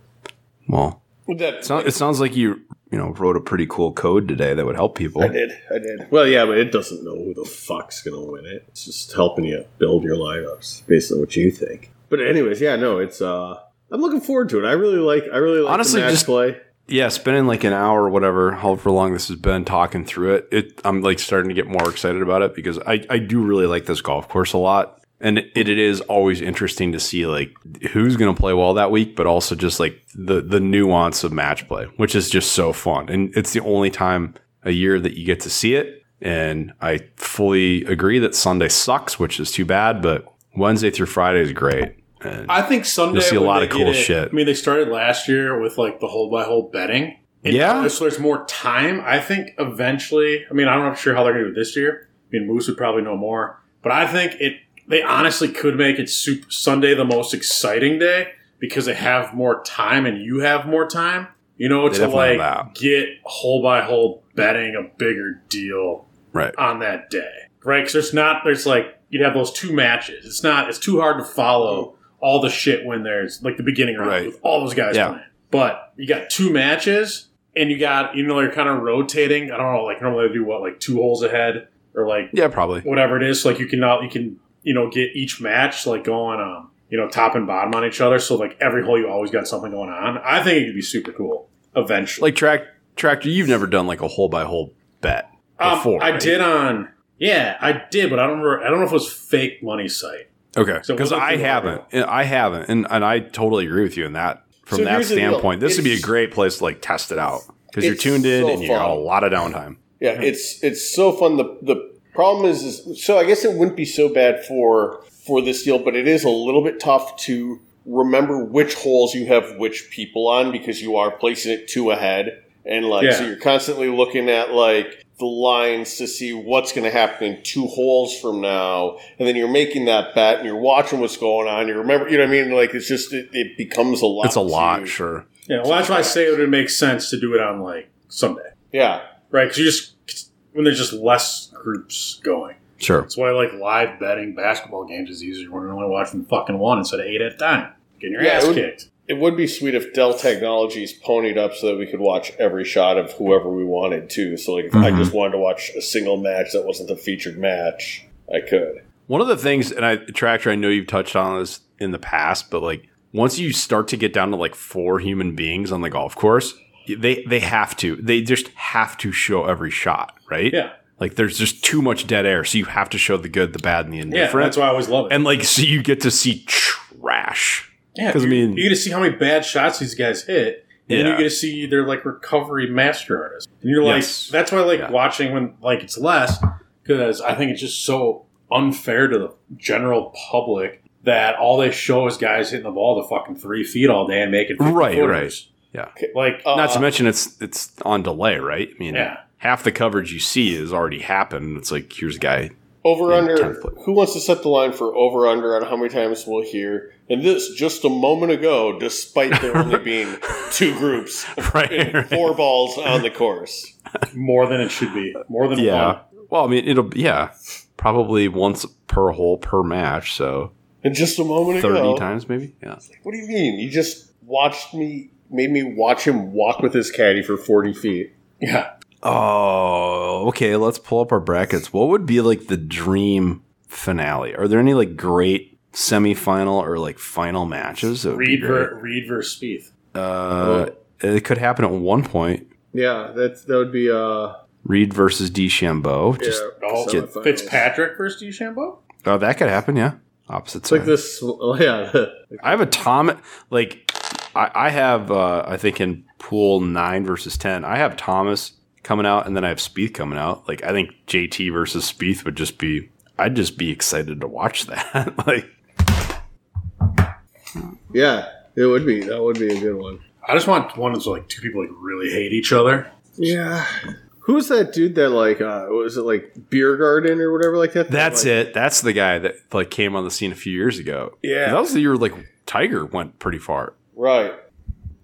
Well, it, That sounds, it sounds like you you know wrote a pretty cool code today that would help people. I did. I did. Well, yeah, but it doesn't know who the fuck's gonna win it. It's just helping you build your lineups based on what you think. But anyways, yeah, no, it's. uh I'm looking forward to it. I really like. I really like Honestly, the match just- play. Yeah, spending like an hour or whatever, however long this has been talking through it. It I'm like starting to get more excited about it because I I do really like this golf course a lot. And it, it is always interesting to see like who's going to play well that week, but also just like the the nuance of match play, which is just so fun. And it's the only time a year that you get to see it. And I fully agree that Sunday sucks, which is too bad, but Wednesday through Friday is great. And I think Sunday You'll see a when lot they of cool get it- shit. I mean, they started last year with like the hole by hole betting. And Yeah. so there's more time. I think eventually. I mean, I'm not sure how they're going to do it this year. I mean, Moose would probably know more, but I think it. They honestly could make it super, Sunday the most exciting day because they have more time and you have more time. You know, to definitely have like that. get hole by hole betting a bigger deal right. on that day, right? Because there's not there's like you'd have those two matches. It's not it's too hard to follow all the shit when there's like the beginning round Right. with all those guys Yeah. playing. But you got two matches, and you got you know you're kind of rotating. I don't know, like normally they do what like two holes ahead or like Yeah, probably. whatever it is. Like you can now you can you know get each match like going um you know top and bottom on each other. So like every hole you always got something going on. I think it could be super cool eventually. like track tractor you've never done like a hole by hole bet Um, before I right? did on. Yeah, I did, but I don't remember. I don't know if it was fake money site. okay So because we'll i do that haven't and i haven't and, and i totally agree with you in that from So that here's the deal. standpoint this would be a It's- great place to like test it out because you're It's tuned in so and you got a fun. lot of downtime Yeah, it's it's so fun. The the problem is, is so I guess it wouldn't be so bad for for this deal, but it is a little bit tough to remember which holes you have which people on because you are placing it two ahead, and like so Yeah. you're constantly looking at like the lines to see what's going to happen in two holes from now, and then you're making that bet and you're watching what's going on. You remember, you know what I mean? Like it's just it, it becomes a lot. it's a lot to- sure Yeah, well, that's why I say it would make sense to do it on like Sunday, Yeah, right? Because you just when there's just less groups going. sure That's why I like live betting basketball games is easier when you're only watching fucking one instead of eight at a time. Getting your Yeah, ass it would- kicked. it would be sweet if Dell Technologies ponied up so that we could watch every shot of whoever we wanted to. So, like, if I Mhm. just wanted to watch a single match that wasn't the featured match, I could. One of the things, and I tractor, I know you've touched on this in the past, but like once you start to get down to like four human beings on the golf course, they they have to, they just have to show every shot, right? Yeah. Like there's just too much dead air, so you have to show the good, the bad, and the Yeah, indifferent. that's why I always love it. and like, so you get to see trash. yeah, 'cause I you- mean- you get to see how many bad shots these guys hit, and then Yeah. you get to see they're like recovery master artists. And you're like, Yes. that's why I like Yeah. watching when like it's less because I think it's just so unfair to the general public that all they show is guys hitting the ball to fucking three feet all day and making 50 Right, footers. right. Like Uh, Not to mention it's it's on delay, right? I mean, Yeah. half the coverage you see has already happened. It's like here's a guy. Over Yeah, under. template. Who wants to set the line for over under on how many times we'll hear? And this just a moment ago, despite there only being two groups, Right. right. four balls on the course. more than it should be, more than Yeah. one. Well, I mean, it'll yeah, probably once per hole per match, so And just a moment thirty ago, times maybe. Yeah, what do you mean? You just watched me, made me watch him walk with his caddy for forty feet. Yeah, Oh, okay. Let's pull up our brackets. What would be like the dream finale? Are there any like great semifinal or like final matches? That would be Reed, great? ver- Reed versus Spieth. Uh, it could happen at one point. Yeah, that's that would be uh Reed versus DeChambeau. Just Oh, Get- Fitzpatrick versus DeChambeau. oh, that could happen. Yeah, opposite It's side. like this. Oh, yeah, I have a Tom like I, I have uh, I think in pool nine versus ten, I have Thomas coming out and then I have Spieth coming out. Like I think JT versus Spieth would just be I'd just be excited to watch that. like yeah, it would be. That would be a good one. I just want one that's like two people like really hate each other. Yeah. Who's that dude that like uh was it like beer garden or whatever like that? that's it. That's the guy that like came on the scene a few years ago. Yeah. That was the year like Tiger went pretty far. Right.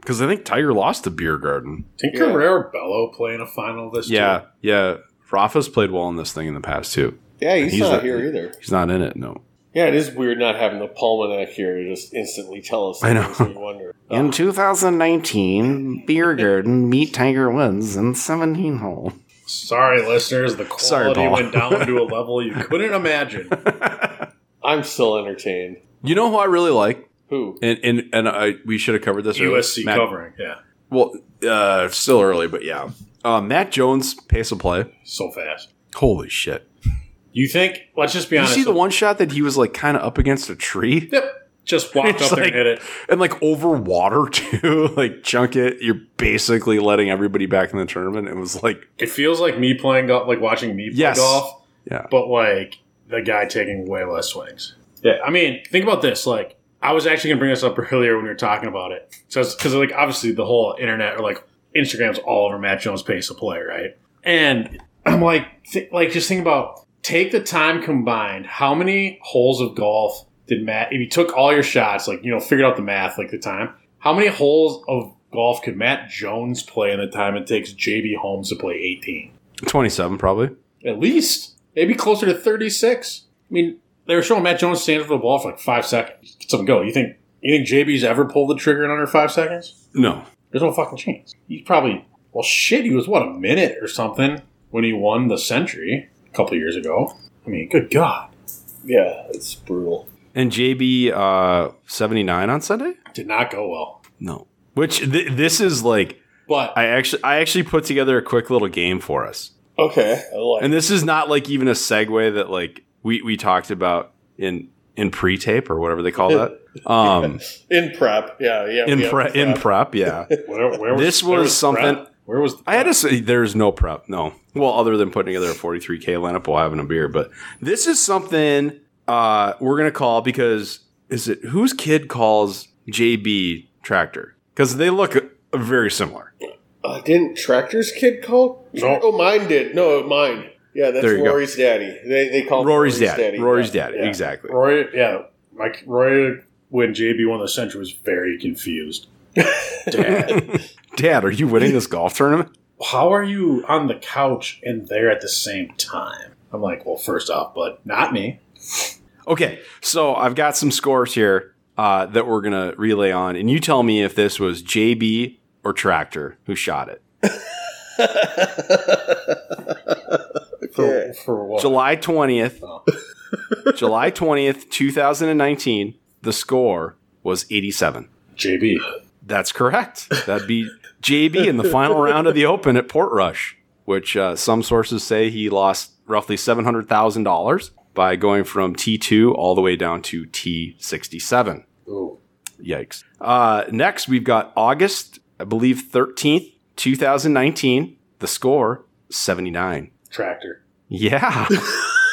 Because I think Tiger lost to Beer Garden. Didn't Yeah. Carrera Bello play in a final this Yeah, year? yeah. Rafa's played well in this thing in the past too. Yeah, he's, He's not a- here either. He's not in it, no. Yeah, it is weird not having the Palmanac here to just instantly tell us. I know. things we wonder. In 2019, Beer Garden beat Tiger Woods in 17 hole. Sorry, listeners. The quality Sorry, Paul. went down to a level you couldn't imagine. Uh, I'm still entertained. You know who I really like? Who? And and, and I, we should have covered this. earlier. USC Matt- covering. Yeah. Well, uh, still early, but yeah. Uh, Matt Jones pace of play. So fast. Holy shit! You think, let's just be You honest. see the one shot that he was like kind of up against a tree Yep. Just walked It's up there like- and hit it. and like over water too, like chunk it. You're basically letting everybody back in the tournament. It was like It feels like me playing golf, like watching me play Yes. golf. Yeah. But like the guy taking way less swings. Yeah. I mean, think about this. Like, I was actually going to bring this up earlier when we were talking about it. So, because like obviously the whole internet or like Instagram's all over Matt Jones' pace of play, right? And I'm like, th- like just think about take the time combined. How many holes of golf did Matt? If you took all your shots, like you know, figured out the math, like the time. How many holes of golf could Matt Jones play in the time it takes JB Holmes to play 18? 27 probably. At least. Maybe closer to 36. I mean, they were showing Matt Jones standing for the ball for like five seconds. Get some go. You think you think JB's ever pulled the trigger in under five seconds? No, There's no fucking chance. He's probably well shit, he was what, a minute or something when he won the century a couple years ago. I mean, good God. Yeah, it's brutal. and JB uh, 79 on Sunday. Did not go well. No, which th- this is like But I actually I actually put together a quick little game for us. Okay. I like. And this is not like even a segue that like we, we talked about in in pre-tape or whatever they call that. Um in prep. Yeah, yeah. in yeah, pre- in prep, yeah. where, where was This where was something- Brett? Where was I had to say there's no prep. No. Well, other than putting together a 43k lineup while having a beer, but this is something uh we're going to call because is it whose kid calls JB tractor? Cuz they look uh, very similar. Uh, didn't Tractor's kid call? No. Oh, mine did. No, mine. Yeah, that's There you go. Rory's daddy. They, they call him Rory's dad. Rory's Oh, Yeah. dad. Yeah. Exactly. Roy yeah, Mike Roy when JB won the century was very confused. Dad, are you winning this golf tournament? how are you on the couch and there at the same time? I'm like, well, first off, but not me. Okay, so I've got some scores here. uh, that we're gonna relay on, and you tell me if this was JB or Tractor who shot it. For, Okay. for what? July twentieth, July twentieth, two thousand and nineteen. The score was eighty-seven. JB. That's correct. That'd be JB in the final round of the Open at Port Rush, which uh, some sources say he lost roughly seven hundred thousand dollars by going from T two all the way down to T sixty-seven. Ooh. Yikes. Uh, next, we've got August, I believe, thirteenth, two thousand nineteen. The score seventy-nine. Tractor. Yeah.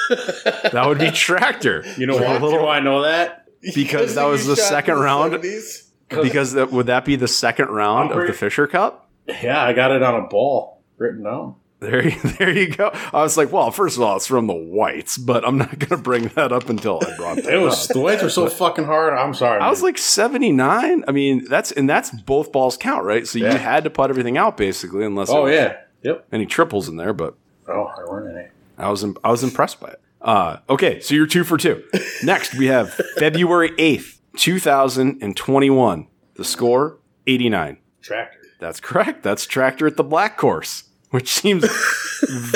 that would be Tractor. You know why? You know why I know that? Because that was you the shot in second round. 70s? Because that, would that be the second round of the Fisher Cup? Yeah, I got it on a ball written down. There, you- there you go. I was like, well, first of all, it's from the whites, but I'm not going to bring that up until I brought that It was up. the weights were so fucking hard. I'm sorry. I was like 79. I mean, that's and that's both balls count, right? So Yeah. you had to putt everything out basically, unless oh there was yeah, yep. any triples in there. But Oh, there weren't any. I was im- I was impressed by it. Uh, okay, so you're two for two. Next, we have February 8th, 2021. The score 89. Tractor. That's correct. That's Tractor at the Black Course, which seems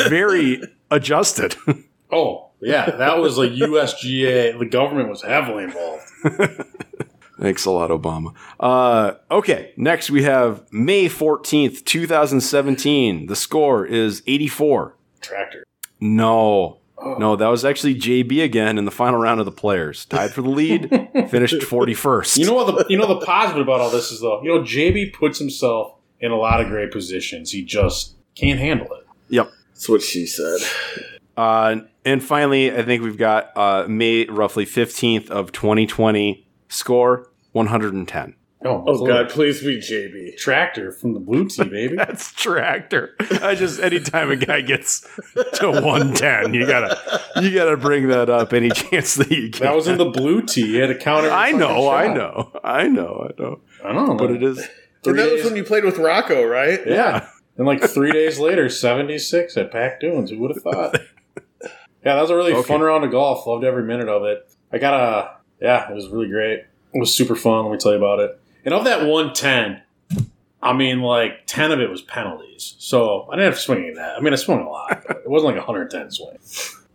very adjusted. Oh yeah, that was like USGA. The government was heavily involved. Thanks a lot, Obama. Uh, okay, next we have May 14th, 2017. The score is 84. Tractor. No. No, that was actually JB again in the final round of the players. Tied for the lead, finished 41st. You know what? The, you know the positive about all this is though. You know, JB puts himself in a lot of great positions. He just can't handle it. Yep. That's what she said. Uh, and finally, I think we've got uh, May roughly 15th of 2020. Score 110. Oh, Oh God, please be JB. Tractor from the blue tee, baby. That's tractor. I just anytime a guy gets to 110, you gotta you gotta bring that up any chance that you That can. was in the blue tee. You had to count it. I know, I know, I know, I know. I know. But it is And that Three was days- when you played with Rocco, right? Yeah. And like three days later, 76 at Pack Dunes. Who would have thought? Yeah, that was a really Okay. fun round of golf. Loved every minute of it. I got a, yeah, it was really great. It was super fun. Let me tell you about it. And of that 110, I mean, like 10 of it was penalties. So I didn't have to swing any of that. I mean, I swung a lot, but it wasn't like a 110 swing.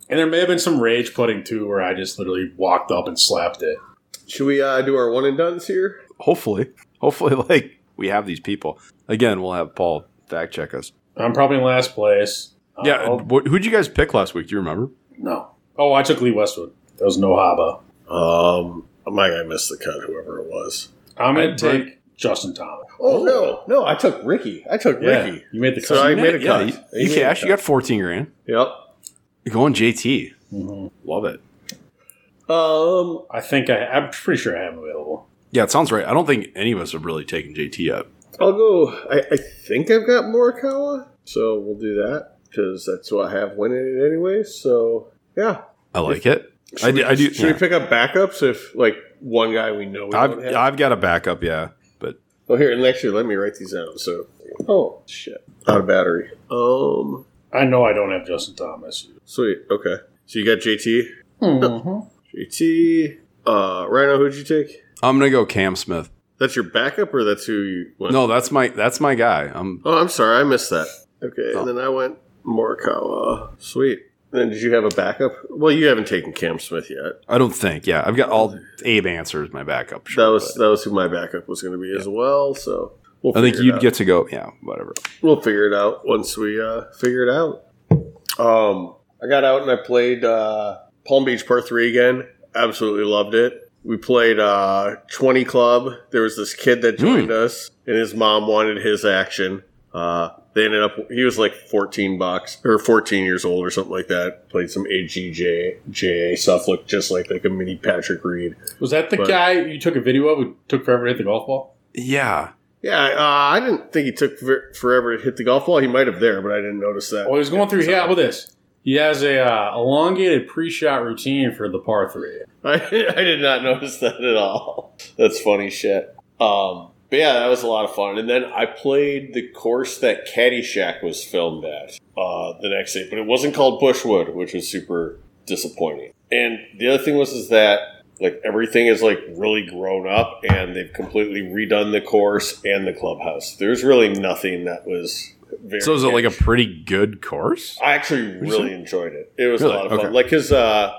And there may have been some rage putting too, where I just literally walked up and slapped it. Should we uh, do our one and duns here? hopefully, hopefully, like we have these people again. We'll have Paul fact check us. I'm probably in last place. Yeah, I'll- wh- who'd you guys pick last week? Do you remember? no. Oh, I took Lee Westwood. That was no haba. Um, my guy missed the cut. Whoever it was. I'm I'd gonna take Justin Thomas. Oh, no, no, I took Ricky. I took Ricky. you made the So cut. I made a yeah, cut. you, He you made a cash. You cut. got 14 grand. You're going JT. Mhm. Mm-hmm. Love it. Yep. Um, I think I, I'm pretty sure I have him available. Yeah, it sounds right. I don't think any of us have really taken JT yet. I'll go. I, I think I've got Morikawa, so we'll do that because that's what I have winning it anyway. So yeah, I like it. I Should do. we- I do Should yeah. we pick up backups if like one guy we know? We I've, don't have? I've got a backup, yeah. But oh, here and actually, let me write these down. So oh shit, out of battery. Um, I know I don't have Justin Thomas. sweet. Okay, so you got JT, Mm-hmm. JT, uh, Rhino. Who'd you take? I'm gonna go Cam Smith. That's your backup, or that's who you went? No, that's my that's my guy. I'm Oh, I'm sorry, I missed that. Okay, Oh. and then I went Morikawa. Sweet. And then did you have a backup? Well, you haven't taken Cam Smith yet. I don't think. Yeah, I've got all Abe answers my backup. Sure, that was but that was who my backup was going to be as well. So we'll I think figure it you'd out. get to go. Yeah, whatever. we'll figure it out once we uh, figure it out. Um, I got out and I played uh, Palm Beach Par Three again. Absolutely loved it. We played uh, Twenty Club. There was this kid that joined us, and his mom wanted his action. Uh, they ended up. He was like fourteen bucks or fourteen years old or something like that. Played some AGJA stuff. Looked just like like a mini Patrick Reed. Was that the But- guy you took a video of who took forever to hit the golf ball? Yeah, Yeah, uh, I didn't think he took ver- forever to hit the golf ball. He might have there, but I didn't notice that. Oh, he was going through. Yeah, how about this? He has a uh, elongated pre-shot routine for the par three. I, I did not notice that at all. That's funny shit. Um, but yeah, that was a lot of fun. And then I played the course that Caddyshack was filmed at uh, the next day, but it wasn't called Bushwood, which was super disappointing. And the other thing was is that Like everything is like really grown up, and they've completely redone the course and the clubhouse. There's really nothing that was. Very So is it like a pretty good course? I actually really enjoyed it. It was Really? a lot of fun. Okay. Like, cause uh,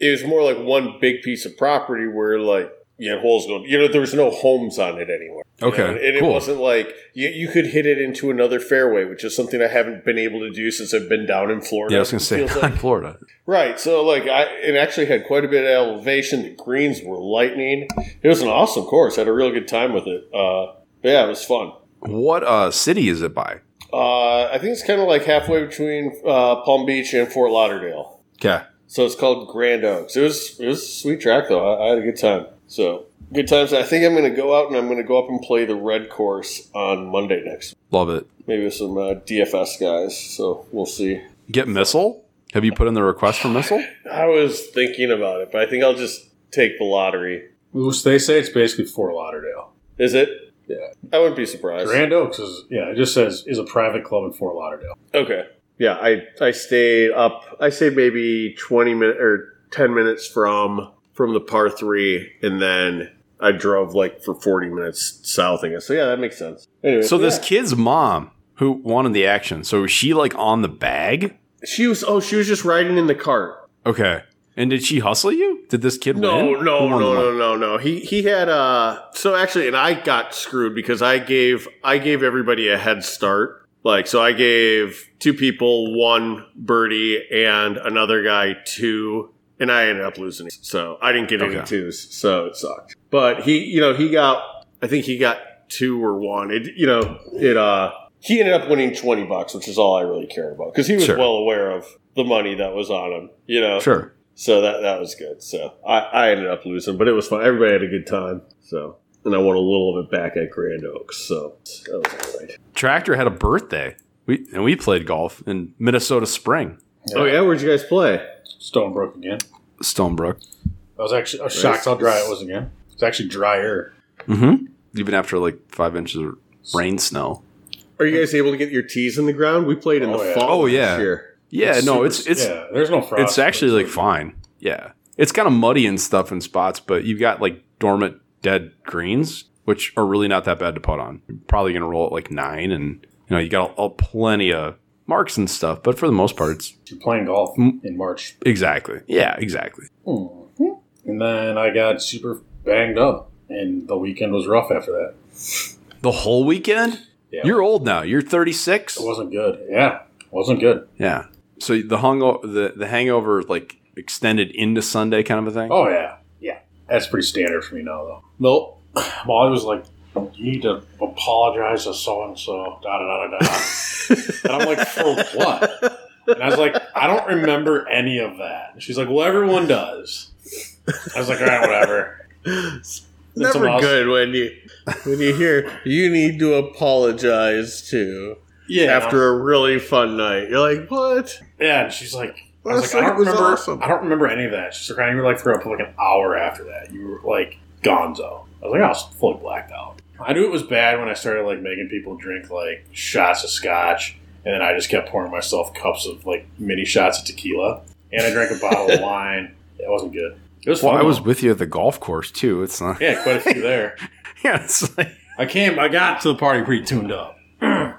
it was more like one big piece of property where like you had holes going. You know, there was no homes on it anywhere. you Okay, know, and it cool. wasn't like you, you could hit it into another fairway, which is something I haven't been able to do since I've been down in Florida. Yeah, I was gonna It say feels like- in Florida. right. So like I, it actually had quite a bit of elevation. The greens were lightning. It was an awesome course. I had a real good time with it. Uh, but yeah, it was fun. What uh, city is it by? Uh, I think it's kind of like halfway between uh, Palm Beach and Fort Lauderdale. Okay. So it's called Grand Oaks. It was it was a sweet track though. I, I had a good time. So good times. I think I'm going to go out and I'm going to go up and play the red course on Monday next. Love it. Maybe with some uh, DFS guys. So we'll see. Get missile? Have you put in the request for missile? I was thinking about it, but I think I'll just take the lottery. Ooh, they say it's basically Fort Lauderdale. Is it? Yeah. I wouldn't be surprised. Grand Oaks is yeah. It just says is a private club in Fort Lauderdale. Okay. Yeah, I I stayed up. I stayed maybe twenty minutes or ten minutes from from the par three, and then I drove like for forty minutes south. I guess. So yeah, that makes sense. Anyway, So this yeah. kid's mom who wanted the action. So was she like on the bag? she was. Oh, she was just riding in the cart. Okay. And did she hustle you? Did this kid No, win? Who no, no, won the no, money? no, no. He he had uh. So actually, and I got screwed because I gave I gave everybody a head start. Like so, I gave two people one birdie and another guy two, and I ended up losing. So I didn't get any Okay. twos, so it sucked. But he, you know, he got I think he got two or one. It, you know, it uh. He ended up winning twenty bucks, which is all I really cared about because he was Sure. well aware of the money that was on him. You know, Sure. so that that was good. So I, I ended up losing, but it was fun. Everybody had a good time. So and I won a little of it back at Grand Oaks. So that was all right. Tractor had a birthday. We and we played golf in Minnesota Spring. Yeah. Oh yeah, where'd you guys play? Stonebrook again. Stonebrook. I was actually I was shocked how dry it was again. It's actually drier. Mm-hmm. Even after like five inches of rain snow. Are you guys able to get your tees in the ground? We played in Oh, the yeah. fall. Oh, this yeah. year. Yeah, no, super- it's it's yeah, there's no frost. it's actually like fine. Yeah. It's kind of muddy and stuff in spots, but you've got like dormant dead greens, which are really not that bad to putt on. You're probably going to roll at like nine and, you know, you got a, a plenty of marks and stuff, but for the most part, it's You're playing golf Mm. in March. exactly. Yeah, exactly. Mhm. And then I got super banged up, and the weekend was rough after that. The whole weekend? Yeah. You're old now. You're 36. It wasn't good. Yeah, wasn't good. Yeah. So the hungo- the, the hangover like extended into Sunday kind of a thing? Oh yeah, yeah. That's pretty standard for me now, though. Nope. Molly was like, "You need to apologize to so and so." Da da da da da. and I'm like, "For what?" And I was like, "I don't remember any of that." And she's like, "Well, everyone does." I was like, "All right, whatever." Then Never someone else- good when you when you hear you need to apologize to Yeah. after a really fun night. You're like, what? Yeah, and she's like, I Last was like, I night don't was remember. awesome. I don't remember any of that. She's like, I you were like for up like an hour after that. You were like gonzo. I was like, I was fully blacked out. I knew it was bad when I started like making people drink like shots of scotch, and then I just kept pouring myself cups of like mini shots of tequila, and I drank a bottle of wine. It wasn't good. It was Well, fun. I was though. with you at the golf course too. It's not. yeah, quite a few there. Yeah, it's like I came. I got to the party pretty tuned up.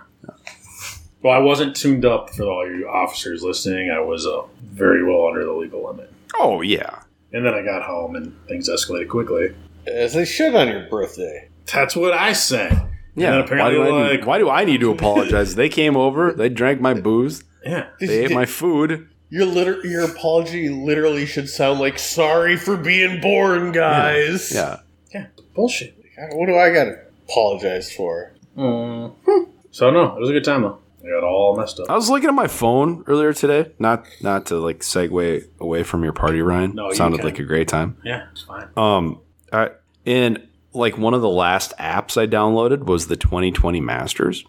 well, I wasn't tuned up for all you officers listening. I was uh, very well under the legal limit. oh yeah, And then I got home and things escalated quickly. As they should on your birthday. That's what I said. And Yeah. then apparently, why, do I need, like- why do I need to apologize? they came over, they drank my booze, Yeah. they ate my food. Your liter- your apology literally should sound like sorry for being born, guys. Yeah. Yeah. Bullshit. God, What do I gotta apologize for? Mm. Hmm. So, no, it was a good time, though. I got all messed I up. was looking at my phone earlier today. Not not to like segue away from your party, Ryan. No, you Sounded can. like a great time. Yeah, it's fine. Um I, and like one of the last apps I downloaded was the 2020 Masters.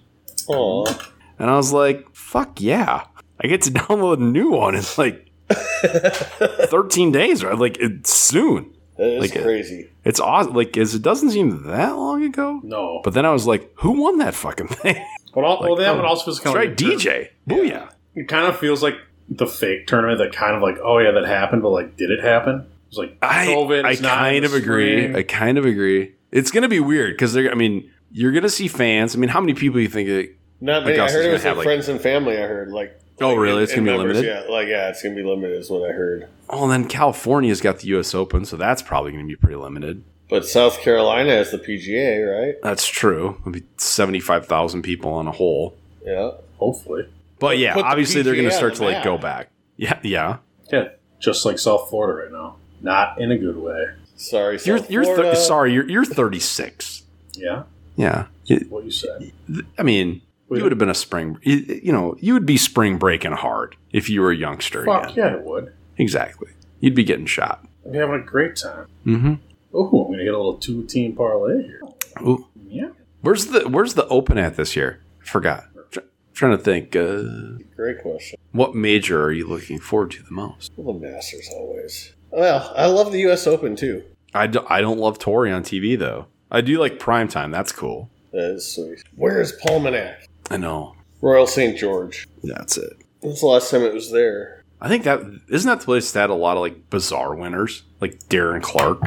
Aw. And I was like, fuck yeah. I get to download a new one in like 13 days, right? Like it's soon. That is Like uh, a- crazy. It's awesome. Like, is it doesn't seem that long ago. No. But, But then I was like, who won that fucking thing? all, well, like, that oh, one also was That's kind of right, DJ. Booyah. It kind of feels like the fake tournament that kind of like, oh, yeah, that happened, but like, did it happen? It's like COVID. I, I it's not in kind the of agree. spring. I kind of agree. It's going to be weird because they're. I mean, you're going to see fans. I mean, how many people you think? It, Not many. I Augusta's heard it gonna was like have, like- friends and family. I heard like. oh, like, really? and- It's going to and be members, limited. Yeah, like yeah, it's gonna be limited is what I heard. Oh, and then California's got the U.S. Open, so that's probably going to be pretty limited. But South Carolina has the PGA, right? That's true. It'll be seventy-five thousand people on a hole. Yeah. Hopefully. But yeah, Put the obviously they're going to PGA start on to the like go map. back. Yeah, yeah. Yeah, just like South Florida right now. Not in a good way. Sorry, You're South you're thir- Florida. sorry. You're you're thirty-six. Yeah, Yeah. what you said. I mean, Wait. you would have been a spring. You, you know, you would be spring breaking hard if you were a youngster. Fuck again. yeah, it would. Exactly. You'd be getting shot. I'd be having a great time. Mm-hmm. Oh, I'm gonna get a little two-team parlay here. Ooh. Yeah, Where's the Where's the Open at this year? Forgot. Tr- trying to think. Uh, Great question. what major are you looking forward to the most? Well, the Masters always. Well, I love the U.S. Open too. I, do, I don't love Tori on TV though. I do like prime time. That's cool. That is sweet. Where is Palmanac? I know. Royal St. George. That's it. When's the last time it was there? I think that isn't that the place that had a lot of like bizarre winners, like Darren Clark,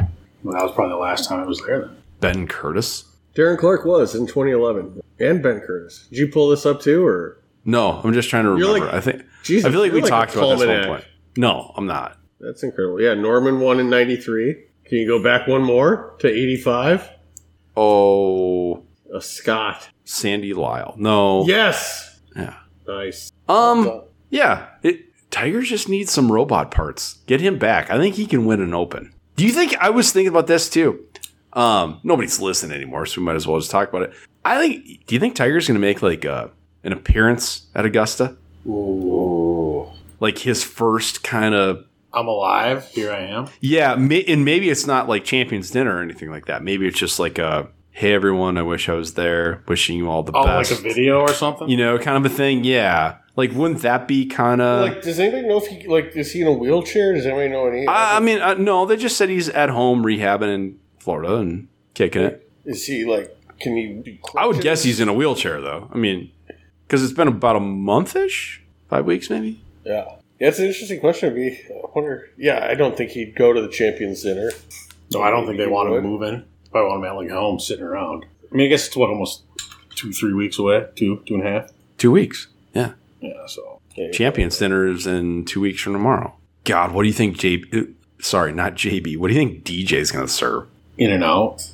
well, that was probably the last time I was there. Then Ben Curtis. Darren Clark was in 2011, and Ben Curtis. Did you pull this up too, or No, I'm just trying to You're remember. like- I think Jesus, I feel like you're we talked a about this at one Palmanac. point. No, I'm not. That's incredible. Yeah, Norman won in '93. Can you go back one more to '85? Oh, A Scott. Sandy Lyle. No. Yes. Oh. Yeah. Nice. Uh, Um. Yeah. It, Tigers just needs some robot parts. Get him back. I think he can win an Open. Do you think I was thinking about this too? Um. Nobody's listening anymore, so we might as well just talk about it. I think. Do you think Tiger's going to make like uh, an appearance at Augusta? Ooh. Like his first kind of I'm alive. Here I am. Yeah, may, and maybe it's not like Champions Dinner or anything like that. Maybe it's just like a hey everyone, I wish I was there, wishing you all the Oh, best. like a video or something. you know, kind of a thing. Yeah, like wouldn't that be kind of? like, does anybody know if he like is he in a wheelchair? Does anybody know any? I, I mean, uh, no, they just said he's at home rehabbing in Florida and kicking it. is he like? Can he? Do I would crutches? guess he's in a wheelchair though. I mean, because it's been about a month ish, five weeks maybe. Yeah. That's an interesting question. It'd Be, I wonder. Yeah, I don't think he'd go to the Champions Dinner. No, I don't think they want him Would. moving. I want him at like home, sitting around. I mean, I guess it's what almost two, three weeks away. Two, two and a half. Two weeks. Yeah. So Yeah. Champions Dinner is in two weeks from tomorrow. God, what do you think, JB? uh, Sorry, not JB. What do you think DJ's going to serve? in and out.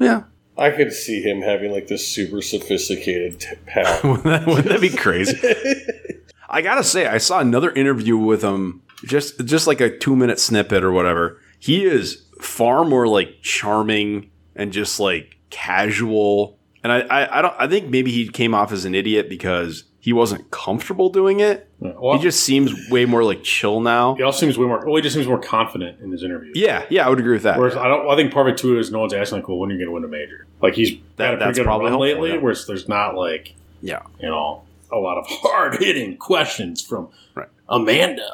Yeah, I could see him having like this super sophisticated t- pal. Wouldn't that, wouldn't that be crazy? I gotta say, I saw another interview with him, just just like a two minute snippet or whatever. He is far more like charming and just like casual. And I, I, I don't I think maybe he came off as an idiot because he wasn't comfortable doing it. Yeah, Well, he just seems way more like chill now. he also seems way more. Well, he just seems more confident in his interview. Yeah, yeah, I would agree with that. Whereas I don't. I think part of it too is no one's asking like, well, when are you going to win a major? Like he's That- had a that's pretty good probably run helpful, lately. yeah. Whereas there's not like Yeah. you know a lot of hard hitting questions from Right. Amanda.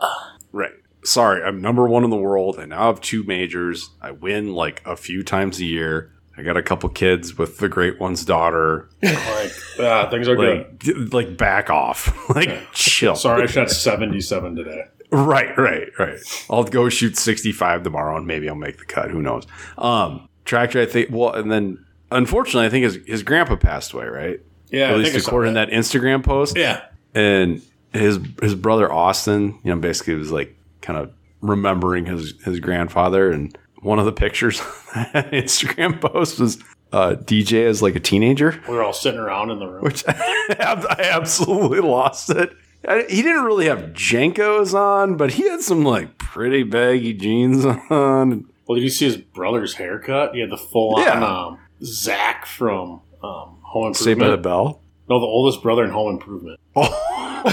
Right. Sorry, I'm number one in the world. I now have two majors. I win like a few times a year. I got a couple kids with the great one's daughter. Like ah, things are good. Like, d- like back off. like chill. Sorry, I shot seventy seven today. Right, right, right. I'll go shoot 65 tomorrow and maybe I'll make the cut. Who knows? Um, Tractor, I think. Well, and then unfortunately, I think his, his grandpa passed away, right? Yeah, At I least think I saw according to that Instagram post. Yeah, and his his brother Austin, you know, basically was like kind of remembering his his grandfather. And one of the pictures on that Instagram post was uh, DJ as like a teenager, we were all sitting around in the room. which I ab- I absolutely lost it. I- He didn't really have Jenkos on, but he had some like pretty baggy jeans on. Well, did you see his brother's haircut? He had the full on Yeah. um, Zach from um, Home Saved by the Improvement. Bell. no, the oldest brother in Home Improvement.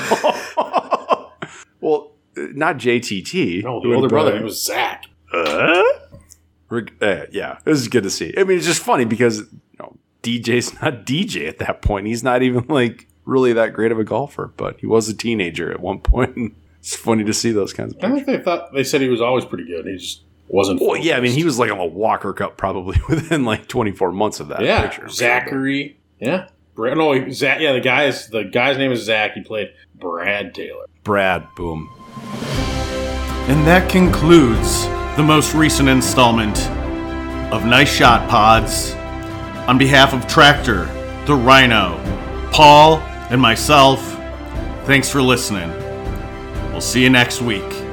Oh. well, not JTT. No, the older But- brother. It was Zach. Reg- uh, yeah, it was good to see. I mean, it's just funny because you know, DJ's not DJ at that point. He's not even like really that great of a golfer, but he was a teenager at one point. it's funny to see those kinds of I pictures. think they thought they said he was always pretty good. He just wasn't. Well, yeah, I mean, he was like on the Walker Cup probably within like 24 months of that yeah, picture. Zachary. Yeah, Brad, no, he- Zach. Yeah, the guy is the guy's name is Zach. He played Brad Taylor. Brad, boom. And that concludes the most recent installment of Nice Shot Pods. On behalf of Tractor, the Rhino, Paul, and myself, thanks for listening. We'll see you next week.